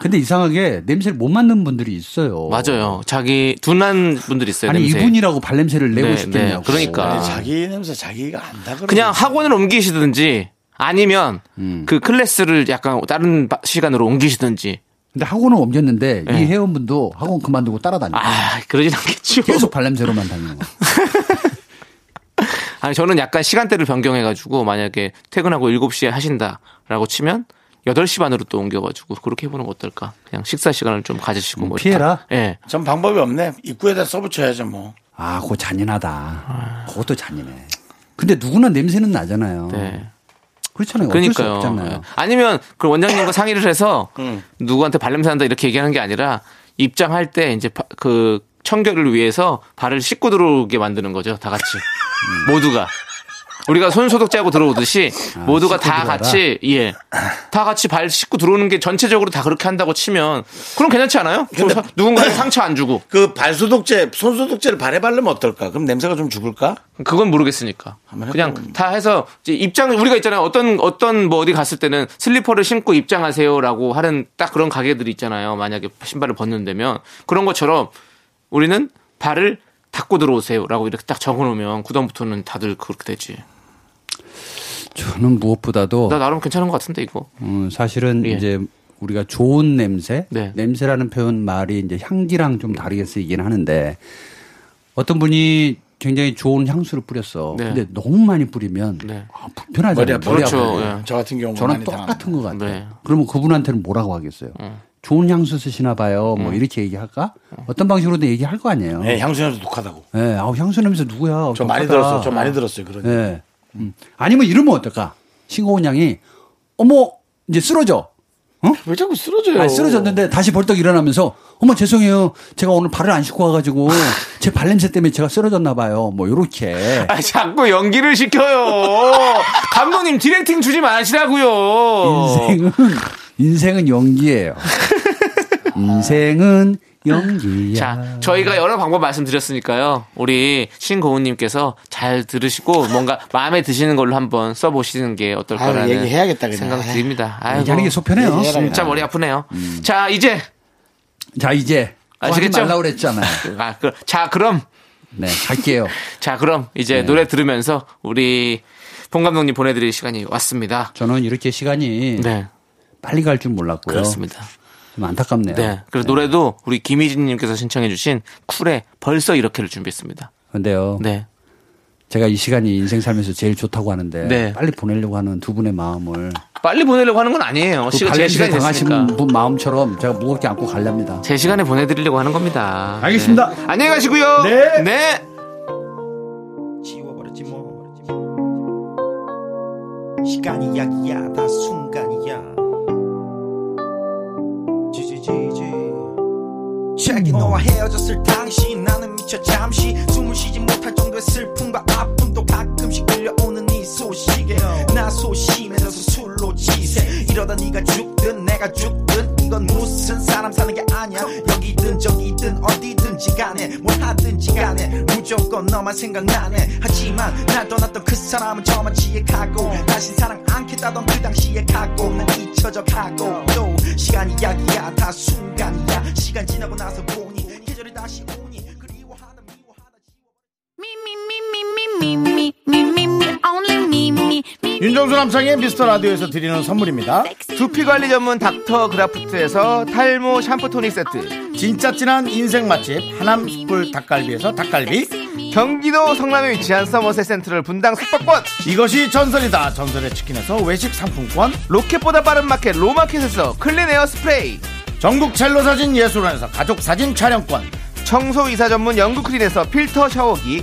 근데 이상하게 냄새를 못 맡는 분들이 있어요. 아. 맞아요. 자기 둔한 분들이 있어요. 아니 냄새. 이분이라고 발냄새를 내고 네, 싶겠냐고. 네, 그러니까. 아니, 자기 냄새 자기가 안다 그러 그냥 학원을 옮기시든지 아니면 그 클래스를 약간 다른 바- 시간으로 옮기시든지 근데 학원을 옮겼는데 네. 이 회원분도 학원 그만두고 따라다니고. 아, 그러진 않겠죠. 계속 발냄새로만 다니는 거. 아니 저는 약간 시간대를 변경해 가지고 만약에 퇴근하고 7시에 하신다라고 치면 8시 반으로 또 옮겨 가지고 그렇게 해 보는 거 어떨까? 그냥 식사 시간을 좀 가지시고 뭐 음, 피해라? 예. 전 방법이 없네. 입구에다 써붙여야죠, 뭐. 아, 그거 아. 잔인하다. 그것도 잔인해. 근데 누구나 냄새는 음. 나잖아요. 네. 그렇잖아요. 어쩔 수 그러니까요. 없잖아요. 음. 아니면 그 원장님과 상의를 해서 누구한테 발냄새 난다 이렇게 얘기하는 게 아니라 입장할 때 이제 바- 그 청결을 위해서 발을 씻고 들어오게 만드는 거죠. 다 같이 음. 모두가 우리가 손 소독제하고 들어오듯이 모두가 아, 씻고 다 들어와라. 같이 예 다 같이 발 씻고 들어오는 게 전체적으로 다 그렇게 한다고 치면 그럼 괜찮지 않아요? 누군가는 상처 안 주고 그 발소독제, 손소독제를 발에 바르면 어떨까? 그럼 냄새가 좀 죽을까? 그건 모르겠으니까. 그냥 다 해서 이제 입장 우리가 있잖아요. 어떤 어떤 뭐 어디 갔을 때는 슬리퍼를 신고 입장하세요라고 하는 딱 그런 가게들이 있잖아요. 만약에 신발을 벗는다면 그런 것처럼 우리는 발을 닦고 들어오세요라고 이렇게 딱 적어놓으면 구단부터는 다들 그렇게 되지. 저는 무엇보다도 나 나름 괜찮은 것 같은데 이거. 음, 사실은 예. 이제 우리가 좋은 냄새, 네. 냄새라는 표현 말이 이제 향기랑 좀 다르게 쓰이긴 하는데 어떤 분이 굉장히 좋은 향수를 뿌렸어. 네. 근데 너무 많이 뿌리면 아, 불편하잖아요. 머리 아프죠. 아프고. 저 같은 경우 저는 많이 똑같은 것 같아요. 그렇죠. 네. 음. 그러면 그분한테는 뭐라고 하겠어요? 좋은 향수 쓰시나 봐요. 뭐 이렇게 얘기할까? 어떤 방식으로든 얘기할 거 아니에요. 네, 향수 냄새 독하다고. 네, 아우 향수 냄새 누구야? 저 많이 음. 독하다. 들었어요. 저 많이 들었어요. 그런. 얘기. 예. 음. 아니면 이러면 어떨까? 신고은 양이 어머 이제 쓰러져. 왜 자꾸 쓰러져요? 아니, 쓰러졌는데 다시 벌떡 일어나면서 어머 죄송해요. 제가 오늘 발을 안 씻고 와가지고 제 발냄새 때문에 제가 쓰러졌나 봐요. 뭐 이렇게. 아, 자꾸 연기를 시켜요. 감독님 디렉팅 주지 마시라고요. 인생은 인생은 연기예요. 인생은 연기야. 자, 저희가 여러 방법 말씀드렸으니까요. 우리 신고은님께서 잘 들으시고 뭔가 마음에 드시는 걸로 한번 써보시는 게 어떨까라는 아유, 얘기해야겠다, 그냥. 생각 드립니다. 아이고, 얘기하는 게 속편해요. 진짜 얘기해라. 머리 아프네요. 자, 이제 자 이제 아시겠죠? 아시겠죠? 말라 그랬잖아요. 아, 그, 자, 그럼 네, 갈게요. 자, 그럼 이제 노래 들으면서 우리 봉 감독님 보내드릴 시간이 왔습니다. 저는 이렇게 시간이 네, 빨리 갈 줄 몰랐고요. 그렇습니다. 좀 안타깝네요. 네, 그래서 노래도 우리 김희진님께서 신청해주신 쿨의 벌써 이렇게를 준비했습니다. 근데요. 네, 제가 이 시간이 인생 살면서 제일 좋다고 하는데 네. 빨리 보내려고 하는 두 분의 마음을 빨리 보내려고 하는 건 아니에요. 그 시간 제 발냄새 시간이 당하신 됐으니까. 분 마음처럼 제가 무겁게 안고 가렵니다. 제 시간에 보내드리려고 하는 겁니다. 알겠습니다. 네. 안녕히 가시고요. 네. 네. 지워버렸지 뭐 시간이 약이야 다 순간이야 지지지지 책이 너와 헤어졌을 당시 나는 미쳐 잠시 숨을 쉬지 못할 정도의 슬픔과 아픔도 가끔씩 들려오는 이 소식에 나 소심해져서 술로 지새 이러다 네가 죽든 내가 죽든 이건 무슨 사람 사는 게 아니야 여기든 저기든 어디든지 간에 뭘 하든지 간에 무조건 너만 생각나네 하지만 날 떠났던 그 사람은 저만 지혜하고 다신 사랑 안겠다던 그 당시에 가고 난 잊혀져 가고 또 시간이 약이야 다 순간이야 시간 지나고 나서 보니 계절이 다시 오니 그리워하는 Me, me, me, me, me, only me, me, me. 윤정수 남창의 미스터 라디오에서 드리는 선물입니다. 두피 관리 전문 닥터 그라프트에서 탈모 샴푸 토닉 세트. 진짜 진한 인생 맛집 하남 숯불 닭갈비에서 닭갈비. 경기도 성남에 위치한 서머셋 센트럴 분당 숙박권. 이것이 전설이다. 전설의 치킨에서 외식 상품권. 로켓보다 빠른 마켓 로마켓에서 클린 에어 스프레이. 전국 첼로 사진 예술원에서 가족 사진 촬영권. 청소 이사 전문 영국 크린에서 필터 샤워기.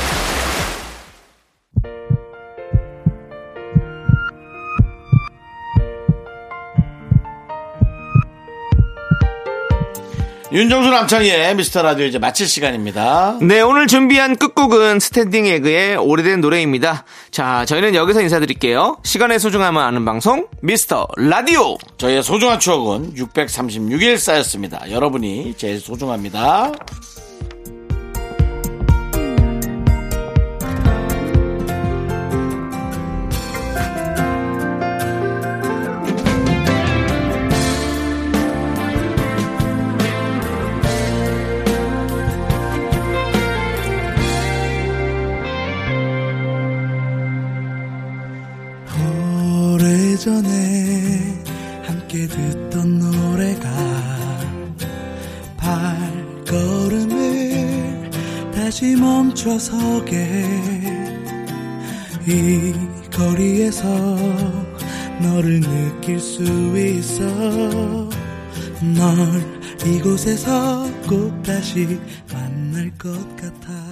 윤정수 남창희의 미스터 라디오 이제 마칠 시간입니다. 네, 오늘 준비한 끝곡은 스탠딩 에그의 오래된 노래입니다. 자, 저희는 여기서 인사드릴게요. 시간의 소중함을 아는 방송, 미스터 라디오! 저희의 소중한 추억은 636일 쌓였습니다. 여러분이 제일 소중합니다. 오래전에 함께 듣던 노래가 발걸음을 다시 멈춰서게 해. 이 거리에서 너를 느낄 수 있어 널 이곳에서 꼭 다시 만날 것 같아